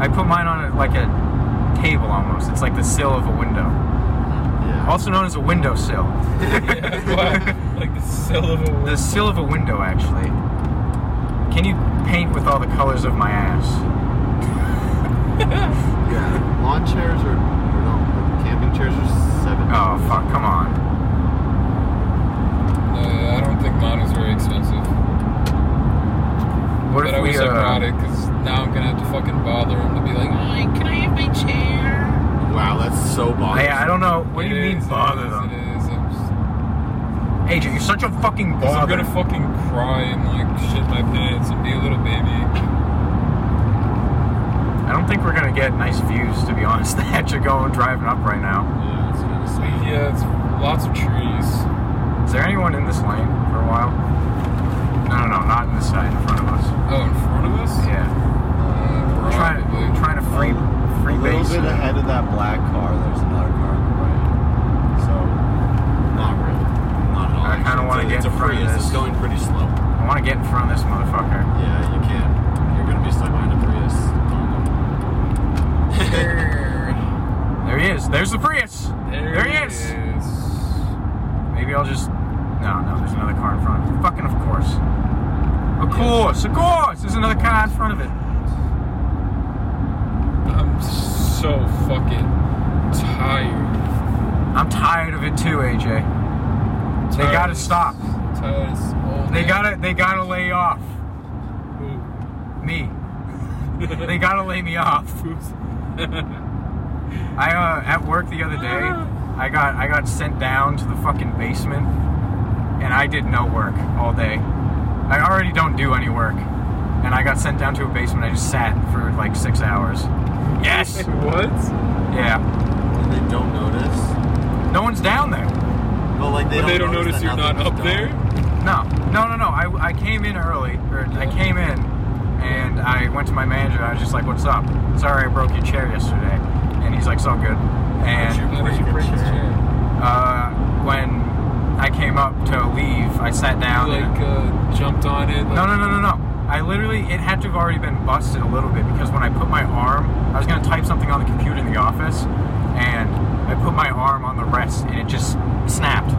I put mine on a, like a table almost. It's like the sill of a window, Yeah. also known as a windowsill. Yeah, like the cell of a The sill of a window, actually. Can you paint with all the colors of my ass? yeah. Lawn chairs are, or no, camping chairs are seven. Oh fuck! Come on. No, I don't think mine was very expensive. What but if I we wish I brought uh, it because now I'm gonna have to fucking bother him to be like, "Mike, can I have my chair? Wow, that's so bothersome. Hey, Oh, I don't know. What do you It mean is, it bother is, them? It is. I'm just, AJ, you're such a fucking Cause I'm bother. gonna fucking cry and like shit my pants and be a little baby. I don't think we're gonna get nice views, to be honest. That you're going driving up right now. Yeah, that's kind of sad. Yeah, it's lots of trees. Is there anyone in this lane for a while? No, no, no, not in this side in front of us. Oh, in front of us? Yeah, Uh, trying probably. trying to free free a little base. bit ahead of that black car. There's another car on the right. So, not really, not at all. I kinda actually. wanna It's get a- it's a in front of Prius. this. It's going pretty slow. I want to get in front of this motherfucker. Yeah, you can't. You're gonna be stuck behind a Prius. There he is. There's the Prius. There, he is. is. Maybe I'll just. No, no. There's another car in front. of it. Fucking of course. Of course, of course. There's another car in front of it. I'm so fucking tired. I'm tired of it too, AJ. They Tired gotta as- stop. Tired as all They day. gotta they gotta lay off Ooh. me. They gotta lay me off. Oops. I uh, at work the other day, I got I got sent down to the fucking basement, and I did no work all day. I already don't do any work, and I got sent down to a basement. I just sat for like six hours. Yes. what? Yeah. And they don't notice. No one's down there. But like they, But don't, they don't notice notice, that you're not nothing up was there. done. No, no, no, no. I, I came in early, or I came in, and I went to my manager. and I was just like, "What's up? Sorry, I broke your chair yesterday." And he's like, "So good." And How did you Break a break the chair. chair? uh, when I came up to leave, I sat You, down. and- like uh, jumped on it. Like, no, no, no, no, no. I literally, it had to have already been busted a little bit because when I put my arm, I was gonna type something on the computer in the office, and I put my arm on the rest, and it just snapped.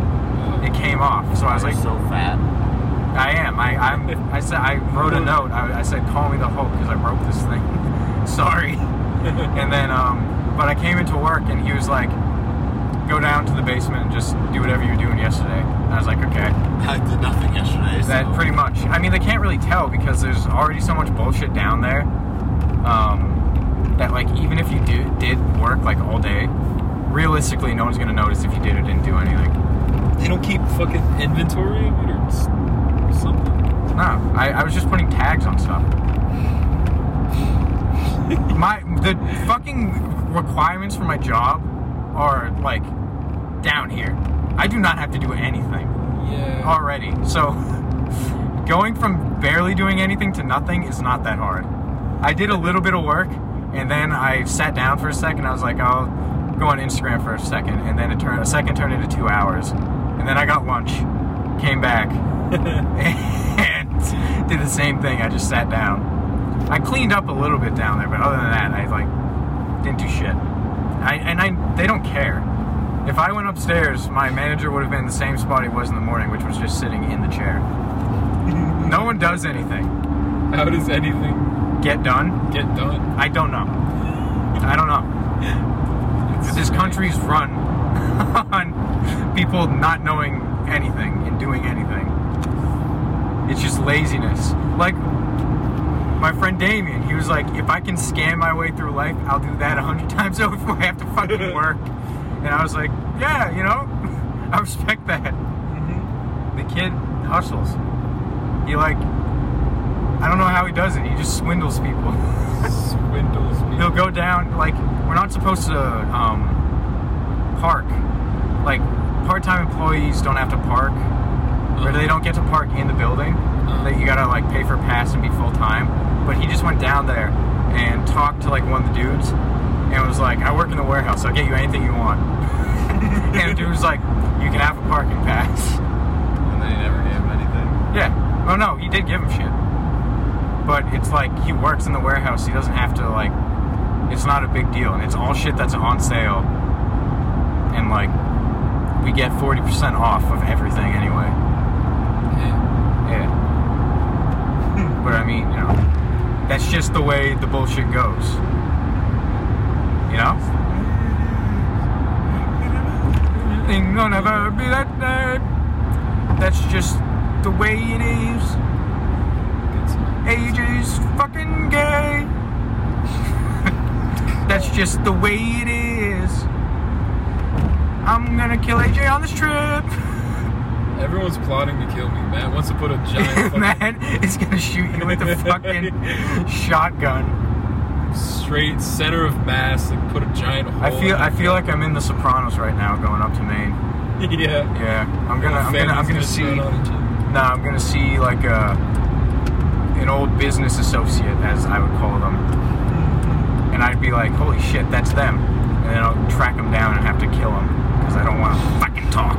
It came off, so I was They're like, so fat. I am. I I'm, I said I wrote a note. I, I said call me the Hulk because I broke this thing. Sorry. and then, um, but I came into work and he was like, go down to the basement and just do whatever you were doing yesterday. And I was like, okay. I did nothing yesterday. That so. pretty much. I mean, they can't really tell because there's already so much bullshit down there. Um, that like even if you do, did work like all day, realistically, no one's gonna notice if you did or didn't do anything. They don't keep fucking inventory of it or s- something. No, I, I was just putting tags on stuff. my the fucking requirements for my job are like down here. I do not have to do anything Yeah. already. So going from barely doing anything to nothing is not that hard. I did a little bit of work and then I sat down for a second. I was like, I'll go on Instagram for a second, and then it turned a second turned into two hours, and then I got lunch, came back and did the same thing. I just sat down. I cleaned up a little bit down there, but other than that, I like didn't do shit. I and I they don't care. If I went upstairs, my manager would have been in the same spot he was in the morning, which was just sitting in the chair. No one does anything. How does anything Get done. get done? I don't know. I don't know. This country's run on people not knowing anything and doing anything. It's just laziness. Like my friend Damien, he was like, if I can scam my way through life, I'll do that a hundred times over before I have to fucking work. And I was like, yeah, you know, I respect that. mm-hmm. The kid hustles. He like, I don't know how he does it. He just swindles people. Swindles me. He'll go down. Like we're not supposed to um, park. Like part-time employees don't have to park, or they don't get to park in the building. That you gotta like pay for pass and be full-time. But he just went down there and talked to like one of the dudes, and was like, "I work in the warehouse. I'll get you anything you want." and the dude was like, "You can have a parking pass." And then he never gave him anything. Yeah. Oh no, he did give him shit. But it's like he works in the warehouse. He doesn't have to like. It's not a big deal, and it's all shit that's on sale. And like, we get forty percent off of everything anyway. Yeah. but I mean, you know, that's just the way the bullshit goes. You know. Nothing gonna ever be that day. That's just the way it is. AJ's fucking gay. That's just the way it is. I'm gonna kill AJ on this trip. Everyone's plotting to kill me. Matt wants to put a giant fucking Matt is gonna shoot you with a fucking shotgun. straight center of mass, like put a giant hole. I feel in I feel like I'm in the Sopranos right now, going up to Maine. it. yeah. Yeah, I'm gonna I'm gonna I'm gonna Families see. just run on each other. Nah, I'm gonna see like a an old business associate, as I would call them, and I'd be like, "Holy shit, that's them!" And then I'll track them down and have to kill them because I don't want to fucking talk.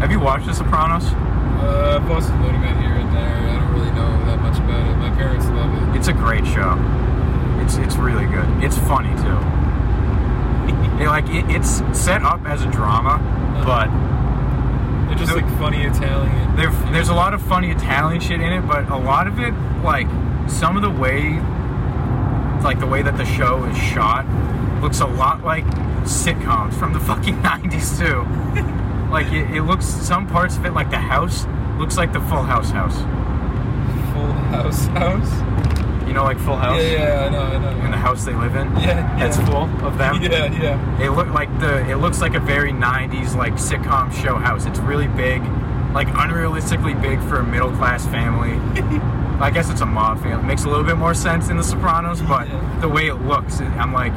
Have you watched The Sopranos? Uh, I've lost a little bit here and there. I don't really know that much about it. My parents love it. It's a great show. It's it's really good. It's funny too. It, like it, it's set up as a drama, but They're just No. like funny Italian. there, there's a lot of funny Italian shit in it, but a lot of it, like some of the way, like the way that the show is shot, looks a lot like sitcoms from the fucking 90s too. like it, it looks, some parts of it, like the house, looks like the Full House house. Full House house. You know, like Full House, Yeah, yeah, I know, I know. and the house they live in. Yeah, yeah. that's full of them. Yeah, yeah. It look like the it looks like a very 90s like sitcom show house. It's really big, like unrealistically big for a middle class family. I guess it's a mob family. It makes a little bit more sense in The Sopranos, but Yeah. the way it looks, it, I'm like,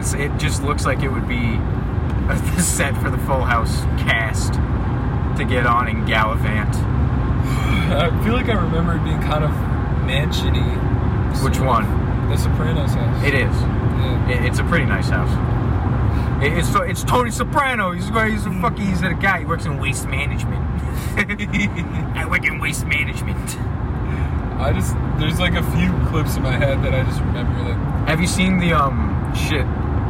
it's, it just looks like it would be a set for the Full House cast to get on and gallivant. I feel like I remember it being kind of mansiony. Which sort of. one? The Sopranos house. It is. Yeah. It, it's a pretty nice house. It, it's it's Tony Soprano. He's a- he's a fucking he's a guy. He works in waste management. I work in waste management. I just there's like a few clips in my head that I just remember like Have you seen the um shit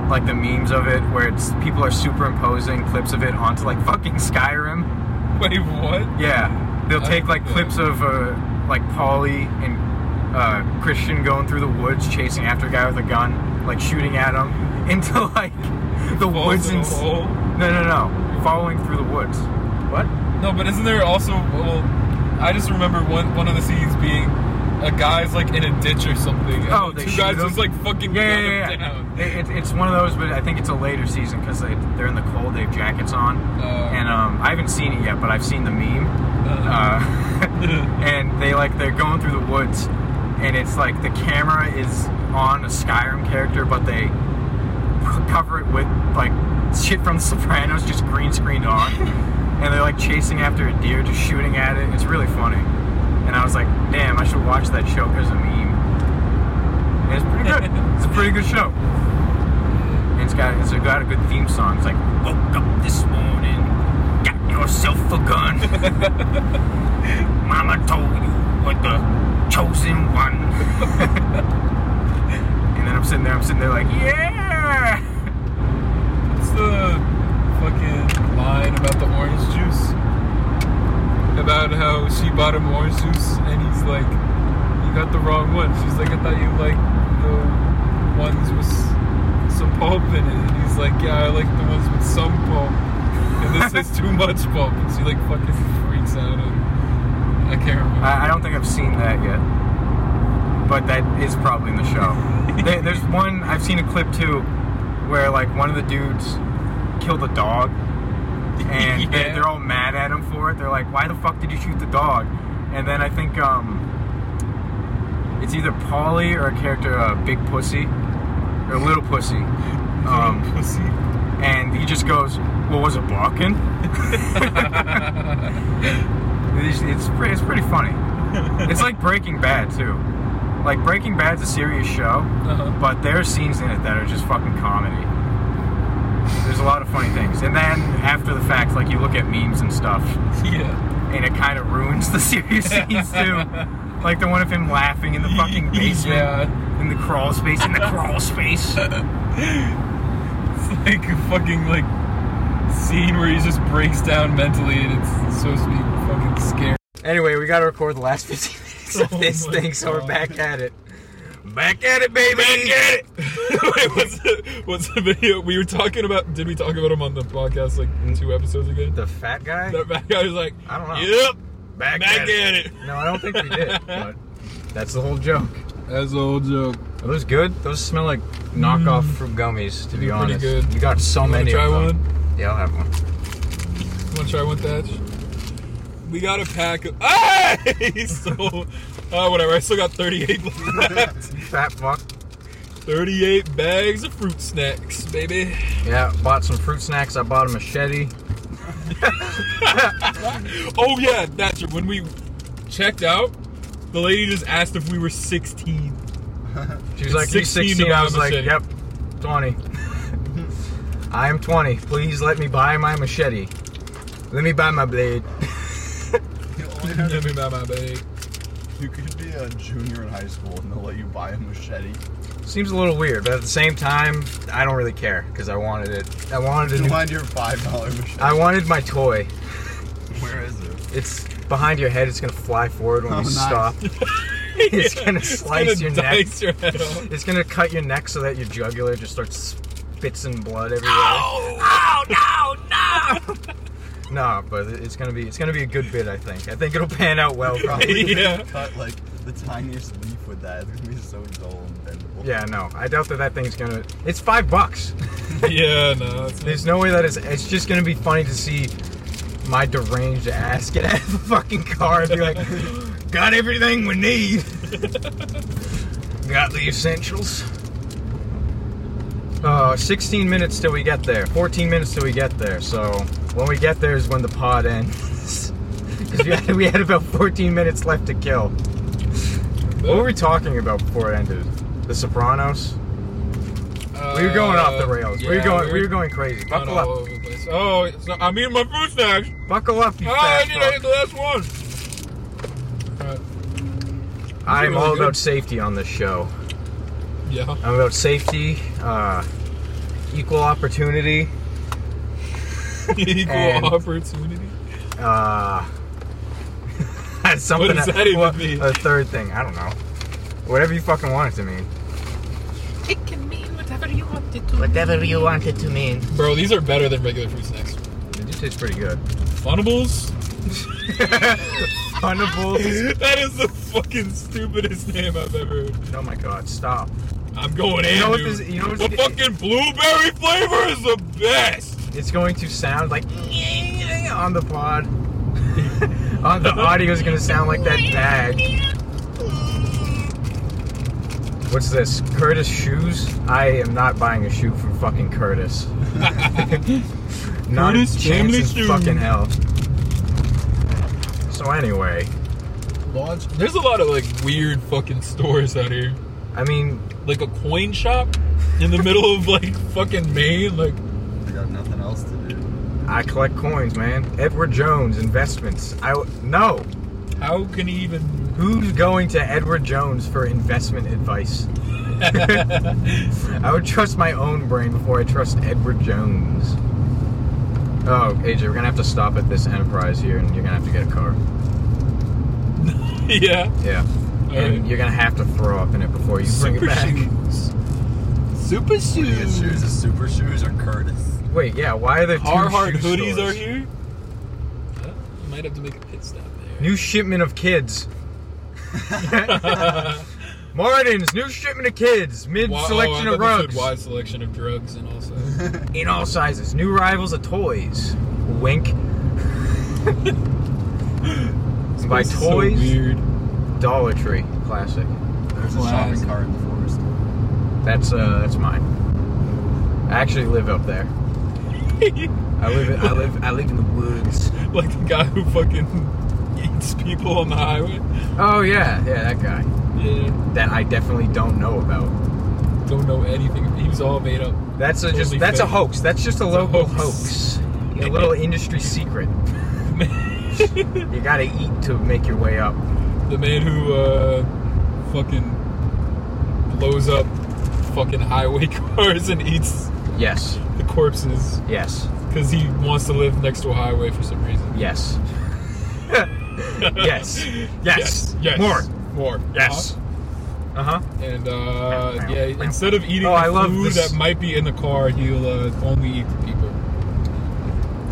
like the memes of it where it's people are superimposing clips of it onto like fucking Skyrim? wait what? Yeah, they'll I- take like yeah. clips of uh, like Polly and uh, Christian going through the woods chasing after a guy with a gun, like shooting at him into like the woods Falls in and. a s- hole. No, no, no. Following through the woods. What? No, but isn't there also well I just remember one one of the scenes being a guy's like in a ditch or something. and Oh, the they two shoot guys him? just like fucking Yeah, gun yeah, him yeah. down. It, it, it's one of those, but I think it's a later season because they, they're in the cold, they have jackets on. Uh. and um, I haven't seen it yet, but I've seen the meme. Uh, and they like they're going through the woods, and it's like the camera is on a Skyrim character, but they cover it with like shit from The Sopranos, just green screened on, and they're like chasing after a deer, just shooting at it. It's really funny, and I was like, damn, I should watch that show because a meme. And it's pretty good. it's a pretty good show. And it's got it's got a good theme song. It's like woke up this morning, got yourself a gun. Mama told you what the chosen one. and then I'm sitting there, I'm sitting there like, yeah. What's the fucking line about the orange juice? About how she bought him orange juice and he's like, you got the wrong one. She's like, I thought you liked the ones with some pulp in it. And he's like, yeah, I like the ones with some pulp. And this is too much pulp. And she like fucking freaks out. And I can't remember. I, I don't think I've seen that yet, but that is probably in the show. there, there's one I've seen a clip too, where like one of the dudes killed a dog, and Yeah. they're, they're all mad at him for it. They're like, "Why the fuck did you shoot the dog?" And then I think um, it's either Polly or a character, uh, Big Pussy or Little Pussy. Um, pussy. and he just goes, "Well, was it barking?" it's, it's pretty, it's pretty funny. It's like Breaking Bad too. Like Breaking Bad's a serious show, Uh-huh. but there are scenes in it that are just fucking comedy. There's a lot of funny things, and then after the fact, like you look at memes and stuff, Yeah. and it kind of ruins the serious scenes too. Like the one of him laughing in the fucking basement, Yeah. in the crawl space, in the crawl space. It's like a fucking like scene where he just breaks down mentally and it's supposed to be fucking scary. Anyway, we gotta record the last 15 minutes of Oh this my thing, so we're God. back at it. Back at it, baby! Back at it! Wait, what's the, what's the video we were talking about? Did we talk about him on the podcast like two episodes ago? Mm. The fat guy? That bad guy was like, I don't know. Yep, back back at it. No, I don't think we did, but that's the whole joke. That's an old joke. Are those good? Those smell like knockoff fruit gummies, to be Mm. They're pretty honest. good. You got so Wanna many try of them. one? Yeah, I'll have one. Wanna try one, Thatch? We got a pack of. Ah! so, uh, whatever. I still got 38 left. Fat fuck. 38 bags of fruit snacks, baby. Yeah, bought some fruit snacks. I bought a machete. Oh yeah, that's it. When we checked out, the lady just asked if we were 16. She was It's like, "You 16 16?" I to buy a was like, machete. "Yep, 20." I'm 20. Please let me buy my machete. Let me buy my blade. You only have Give me my, my bag. You could be a junior in high school and they'll let you buy a machete. Seems a little weird, but at the same time, I don't really care because I wanted it. I wanted a You new, mind your five dollar machete? I wanted my toy. Where is it? It's behind your head. It's gonna fly forward when Oh, you nice. stop. it's gonna It's slice gonna your neck. dice your head off. It's gonna cut your neck so that your jugular just starts spitzing blood everywhere. Oh no, No, but it's gonna be it's gonna be a good bit. I think. I think it'll pan out well. Probably. Probably gonna Yeah. cut like the tiniest leaf with that. It's gonna be so dull and bendable. Yeah, no, I doubt that that thing's gonna. It's five bucks. no! yeah, no. It's There's no way that is. It's just gonna be funny to see my deranged ass get out of the fucking car and be like, "Got everything we need. Got the essentials." Uh, 16 minutes till we get there. 14 minutes till we get there. So when we get there is when the pod ends. Because we, had- we had about 14 minutes left to kill. What were we talking about before it ended? The Sopranos. We were going off the uh, rails. we were going. We were going crazy. kind Buckle of all up. over the place. Oh, it's not, I'm eating my fruit snacks. Buckle up, you Oh, I fat did. I ate fuck. the last one. Alright, I'm really all good. about safety on this show. Yeah. I'm about safety, uh, equal opportunity. Equal And- opportunity. Uh, that's something. does that even what- mean? A third thing. I don't know. Whatever you fucking want it to mean. It can mean whatever you want it to. Whatever you want it to mean. Bro, these are better than regular fruit snacks. It do taste pretty good. Funables? Funables. that is the fucking stupidest name I've ever heard. oh my god! Stop. I'm going in. You know what dude. this- you know what the this- fucking blueberry flavor is the best. It's going to sound like on the pod. on the audio is going to sound like that bag. What's this? Curtis shoes? I am not buying a shoe from fucking Curtis. not Curtis a chance family in shoe. fucking hell. So anyway, Launch. There's a lot of like weird fucking stores out here. I mean, Like a coin shop in the middle of like fucking Maine. Like I got nothing else to do. I collect coins, man. Edward Jones investments. I w- no. How can he even? Who's going to Edward Jones for investment advice? I would trust my own brain before I trust Edward Jones. Oh, AJ, we're gonna have to stop at this enterprise here, and you're gonna have to get a car. yeah. Yeah, and Alright. you're gonna have to throw up in it before you bring it Super back. shoes. Super Idiot shoes. shoes is super shoes or Curtis. Wait, yeah, why are there two Carhartt shoe hoodies stores? are here. Huh? Might have to make a pit stop there. New shipment of kids. Martin's new shipment of kids. Mid Wa- selection oh, I of thought they rugs. said Wide selection of drugs and also. in all sizes. New rivals of toys. Wink. And by This is so toys, weird. Dollar Tree, classic. There's a shopping Classic. cart in the forest. That's uh, that's mine. I actually live up there. I live, in, I live, I live in the woods. like the guy who fucking eats people on the highway. Oh yeah, yeah, that guy Yeah. that I definitely don't know about. Don't know anything. He was all made up. That's a just Totally that's a fake. hoax. That's just a It's a local hoax. hoax. A little industry secret. You gotta eat to make your way up. the man who uh, fucking blows up fucking highway cars and eats Yes, the corpses yes, because he wants to live next to a highway for some reason. yes, yes, yes, Yes. yes. more, More. yes. Uh huh. Uh-huh. And uh, yeah, instead of eating Oh, the I love food this. that might be in the car, he'll uh, only eat the people.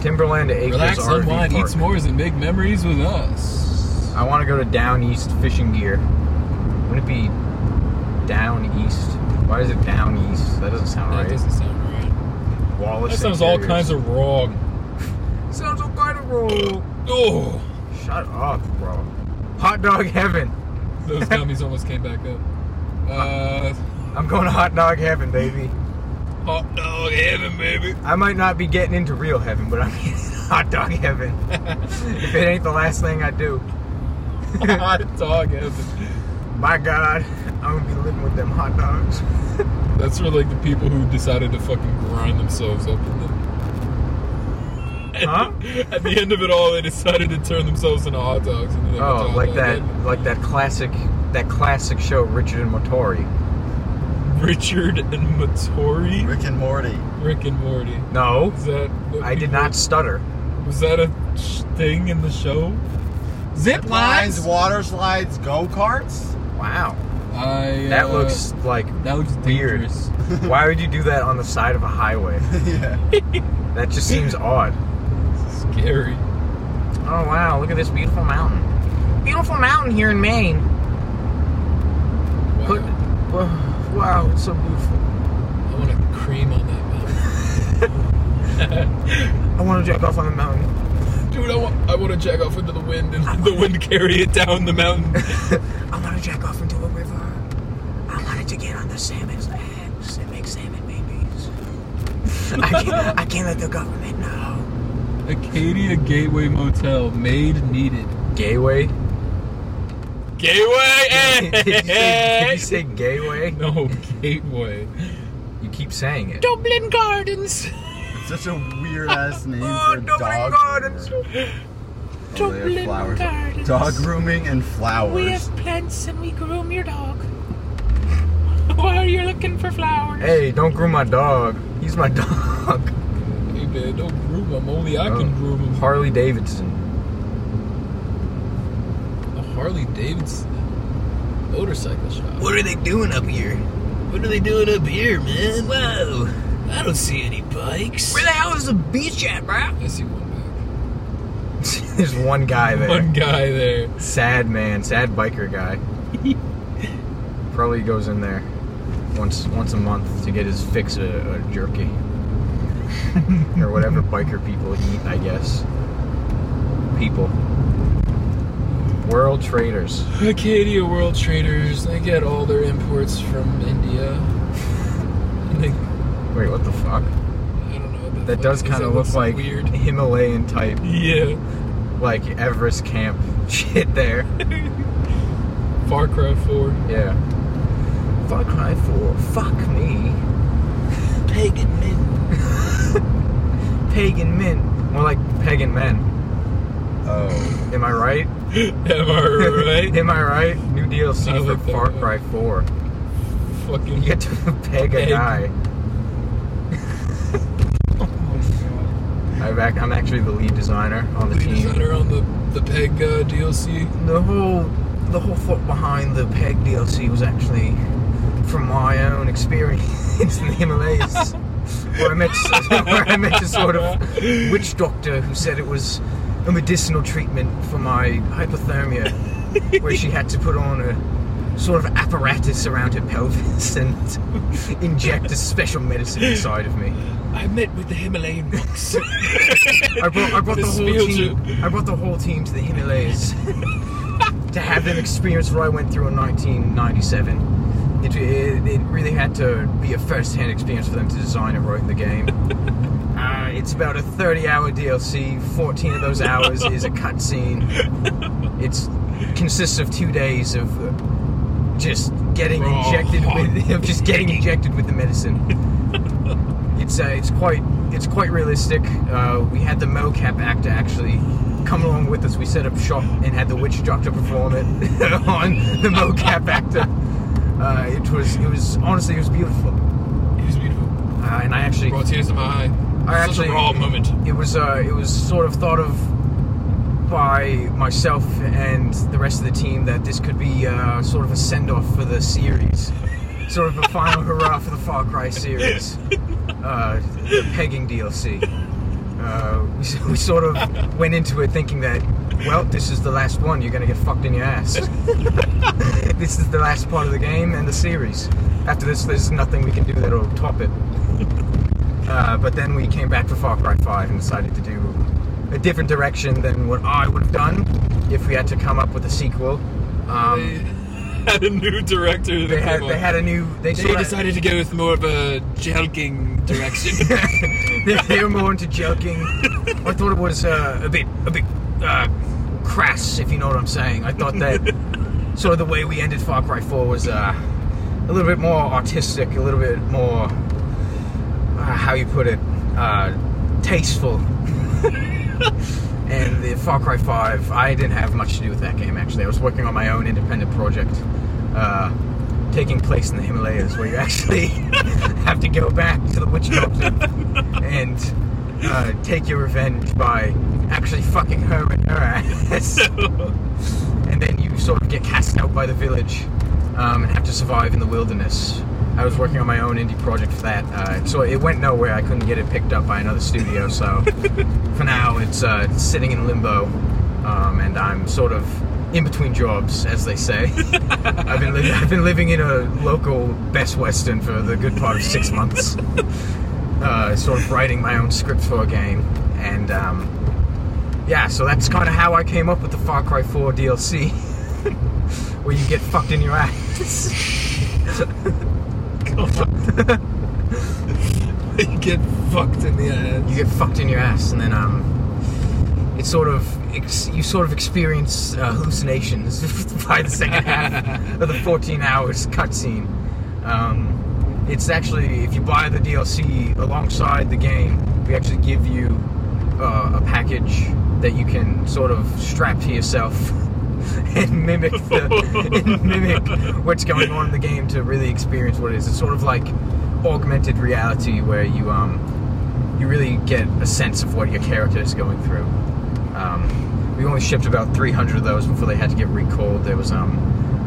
Timberland Acres Relax, RV unwind, eat Park. s'mores, and make memories with us. I want to go to Down East Fishing Gear. Wouldn't it be Down East? Why is it Down East? That doesn't sound That right. doesn't sound right. Wallace. That sounds all Interiors. kinds of wrong. Sounds all kind of wrong. Oh, Shut up, bro. Hot dog heaven. those gummies almost came back up. Uh, I'm going to hot dog heaven, baby. hot dog heaven, baby. I might not be getting into real heaven, but I'm getting hot dog heaven. if it ain't the last thing I do, hot dog heaven. my God, I'm gonna be living with them hot dogs. That's for like the people who decided to fucking grind themselves up in the. At, Huh? the, at the end of it all, they decided to turn themselves into hot dogs. And then Oh, hot like dog that, heaven. like that classic, that classic show, Richard and Motori. Richard and Matori, Rick and Morty. Rick and Morty. No, Is that? what I did people- not stutter. Was that a sh- thing in the show? Zip Lines, water slides, go karts. Wow. I, That uh, looks like. that looks weird. dangerous. Why would you do that on the side of a highway? yeah. That just seems odd. Scary. Oh wow! Look at this beautiful mountain. Beautiful mountain here in Maine. Wow. Put, wow, wow, it's so beautiful. I want to cream on that mountain. I want to jack off on the mountain. Dude, I want, I want to jack off into the wind and let the wind carry it down the mountain. I want to jack off into a river. I wanted to get on the salmon's eggs and make salmon babies. I can't, I can't let the government know. Acadia Gateway Motel, maid needed. Gayway? Gateway! did, you say, did you say gayway? no, Gateway. You keep saying it. Dublin Gardens! Oh, It's such a weird ass name Oh, for a Dublin dog. Gardens. groomer. Oh, they have Dublin flowers. Gardens. Dog grooming and We flowers. have plants and we groom your dog. Why are you looking for flowers? Hey, don't groom my dog. He's my dog. Hey man, don't groom him, only I can Oh. groom him. Harley Davidson. A Harley Davidson motorcycle shop. What are they doing up here? What are they doing up here, man? Whoa! I don't see any bikes. the hell is the beach at, bro? I see one There's one guy back. there. One guy there. Sad man, sad biker guy. Probably goes in there once once a month to get his fix of of jerky or whatever biker people eat, I guess. People. World traders. Acadia World Traders. They get all their imports from India. And they, Wait, what the fuck? I don't know. What That the fuck does it is. kind It of look looks like weird. Himalayan type, Yeah. like Everest camp shit there. Far Cry 4. Yeah. Far Cry 4. Fuck me. Pagan mint. Pagan mint. More like pegging men. Oh, Am I right? Am I right? Am I right? New DLC Sounds for like that, Far yeah. Cry 4. You Fucking get to peg a Peg. guy. Oh I've act, I'm actually the lead designer on the lead team. designer on the the Peg uh, DLC. The whole the whole thought behind the peg DLC was actually from my own experience in the Himalayas, where I met where I met a sort of witch doctor who said it was a medicinal treatment for my hypothermia, where she had to put on a sort of apparatus around her pelvis and inject a special medicine inside of me. I met with the Himalayan monks. I brought, I brought the This whole feels team. I brought the whole team to the Himalayas to have them experience what I went through in 1997. It, it, it really had to be a first-hand experience for them to design and write the game. Uh, it's about a 30-hour DLC. 14 of those hours is a cutscene. It's consists of two days of uh, just getting Raw injected with of just getting injected with the medicine. It's uh, it's quite it's quite realistic. Uh, we had the mocap actor actually come along with us. We set up shop and had the witch doctor perform it on the mocap actor. Uh, it was it was honestly it was beautiful, It was beautiful. uh, and I actually Brought tears to my eye. I Such actually a raw moment. It was uh, it was sort of thought of by myself and the rest of the team that this could be uh, sort of a send off for the series, sort of a final hurrah for the Far Cry series, uh, the pegging DLC. Uh, we, s- we sort of went into it thinking that, well, this is the last one. You're gonna get fucked in your ass. this is the last part of the game and the series. After this, there's nothing we can do that'll top it. Uh, but then we came back for Far Cry 5 and decided to do a different direction than what I would have done if we had to come up with a sequel. They Um, had a new director. that they had came they on. had a new they, They sorta- decided to go with more of a jelking direction. they, they were more into joking. I thought it was uh, a bit a bit uh, crass, if you know what I'm saying. I thought that sort of the way we ended Far Cry 4 was uh, a little bit more artistic, a little bit more uh, how you put it uh, tasteful. and the Far Cry 5, I didn't have much to do with that game actually. I was working on my own independent project. Uh, Taking place in the Himalayas, where you actually have to go back to the witch doctor and uh, take your revenge by actually fucking her in her ass. and then you sort of get cast out by the village um, and have to survive in the wilderness. I was working on my own indie project for that, uh, so it went nowhere. I couldn't get it picked up by another studio, so for now it's uh, it's sitting in limbo, um, and I'm sort of in between jobs, as they say. I've been li- I've been living in a local Best Western for the good part of six months uh, sort of writing my own script for a game, and um, yeah, so that's kind of how I came up with the Far Cry 4 DLC, where you get fucked in your ass. you get fucked in the ass. you get fucked in your ass, and then um, it's sort of ex- you sort of experience uh, hallucinations by the second half of the 14 hours cutscene. Um, it's actually if you buy the DLC alongside the game, we actually give you uh, a package that you can sort of strap to yourself. And mimic the, and mimic what's going on in the game to really experience what it is. It's sort of like augmented reality where you um, you really get a sense of what your character is going through. Um, we only shipped about 300 of those before they had to get recalled. There was um,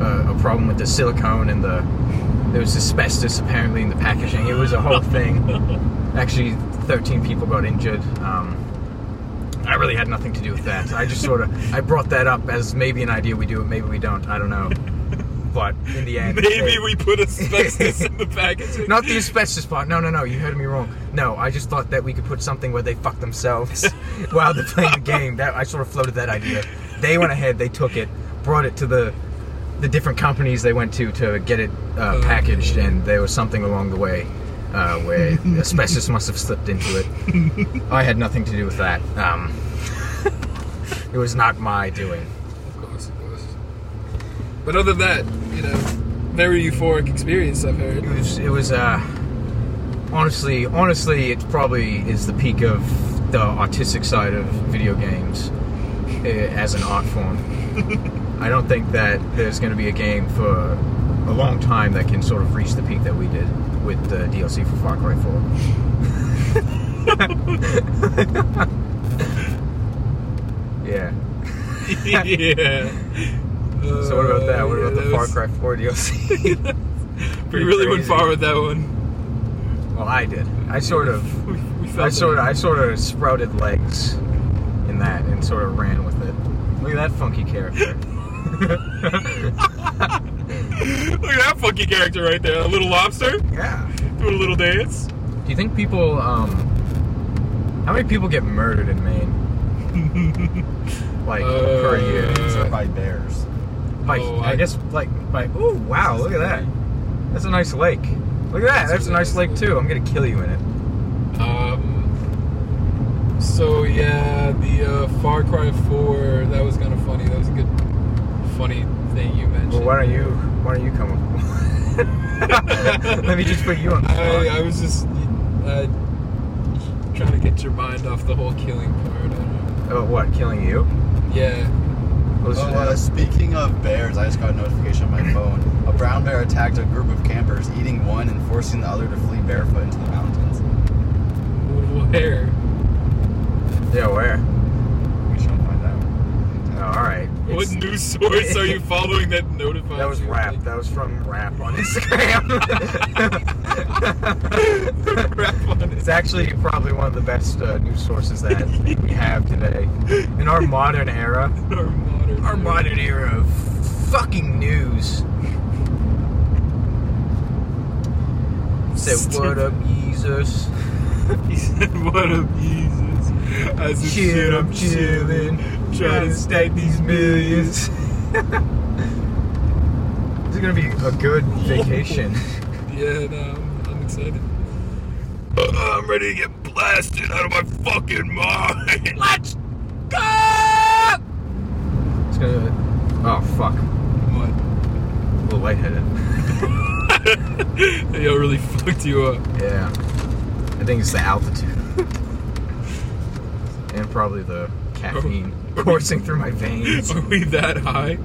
a, a problem with the silicone and the there was asbestos apparently in the packaging. It was a whole thing. Actually, 13 people got injured. Um, I really had nothing to do with that. I just sort of I brought that up as maybe an idea we do it, maybe we don't. I don't know. But in the end, Maybe they- we put asbestos in the packaging. not the asbestos part. No, no, no. You heard me wrong. No, I just thought that we could put something where they fuck themselves while they're playing the game. That I sort of floated that idea. They went ahead. They took it, brought it to the the different companies they went to to get it uh, packaged, and there was something along the way uh, where asbestos must have slipped into it. I had nothing to do with that. Um, it was not my doing. Of course, of course. But other than that, you know, very euphoric experience. I've heard. It was it was uh honestly, honestly, it probably is the peak of the autistic side of video games eh, as an art form. I don't think that there's going to be a game for a long time that can sort of reach the peak that we did with the DLC for Far Cry 4. yeah. yeah. So what about that? What Uh, about yeah, the Far was- Cry 4 DLC? We really went crazy. far with that one. well, I did. I sort of We, we felt I sort it. of, I sort of sprouted legs in that and sort of ran with it. Look at that funky character. Look at that funky character right there. A little lobster yeah. doing a little dance. Do you think people? Um, how many people get murdered in Maine? like per Uh, year? It's like- by bears. like oh, I, I- guess like like oh wow look at that. That's a nice lake. Look at that. That's That's a a nice nice lake lake. too. I'm gonna kill you in it. Um. So yeah, the uh, Far Cry 4. That was kind of funny. That was a good, funny thing you mentioned. Well, why don't you? Why don't you come? up? Let me just put you on. The spot. I, I was just uh, trying to get your mind off the whole killing part. I don't know. About what? Killing you? Yeah. Those- Oh, uh, speaking of bears, I just got a notification on my phone. A brown bear attacked a group of campers, eating one and forcing the other to flee barefoot into the mountains. Where? yeah. Where? We shall find out. Oh, all right. What It's- news source are you following that notifies That was you? rap. That was from rap on Instagram. Rap on it. it's actually probably one of the best uh, news sources that we have today in our modern era. Our modern. Our modern era of fucking news. Said what up, Jesus? He said, "What up, Jesus?" I said, Shit, I'm chilling, trying to stack these millions. this is gonna be a good vacation. Yeah, no, I'm, I'm excited. Uh, I'm ready to get blasted out of my fucking mind. Let's go. It's gonna. Oh fuck! What? A little lightheaded. Yo, really fucked you up. Yeah. I think it's the altitude. and probably the caffeine Oh. coursing through my veins. Are we that high?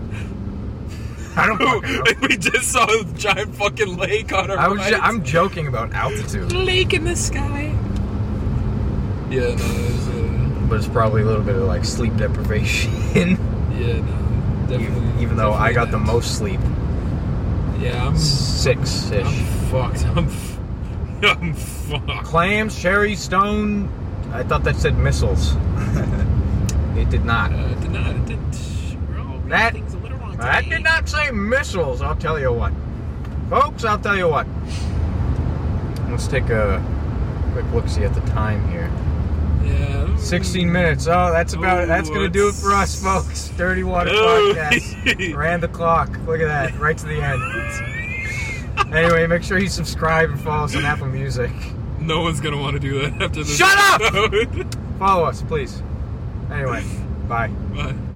I don't fucking know. we just saw a giant fucking lake on our. I was right. ju- I'm joking about altitude, Lake in the sky. Yeah, no, it was, uh, but it's probably a little bit of like sleep deprivation. yeah, no, even, definitely. even though I got the definitely most sleep, that. Yeah, I'm. six ish. I'm fucked. I'm. F- I'm fucked. Clams, cherry, stone. I thought that said missiles. it did not. Uh, did not. It did. We're all reading That- things a little wrong. I today. did not say missiles, I'll tell you what. Folks, I'll tell you what. Let's take a quick look see at the time here. Yeah. 16 minutes. Oh, that's about That's Hmm. Ooh, going to do it it's- for us, folks. Dirty Water Oh. Podcast. Ran the clock. Look at that. Right to the end. anyway, make sure you subscribe and follow us on Apple Music. No one's gonna want to do that after this. Shut up! episode. Follow us, please. Anyway, bye. Bye.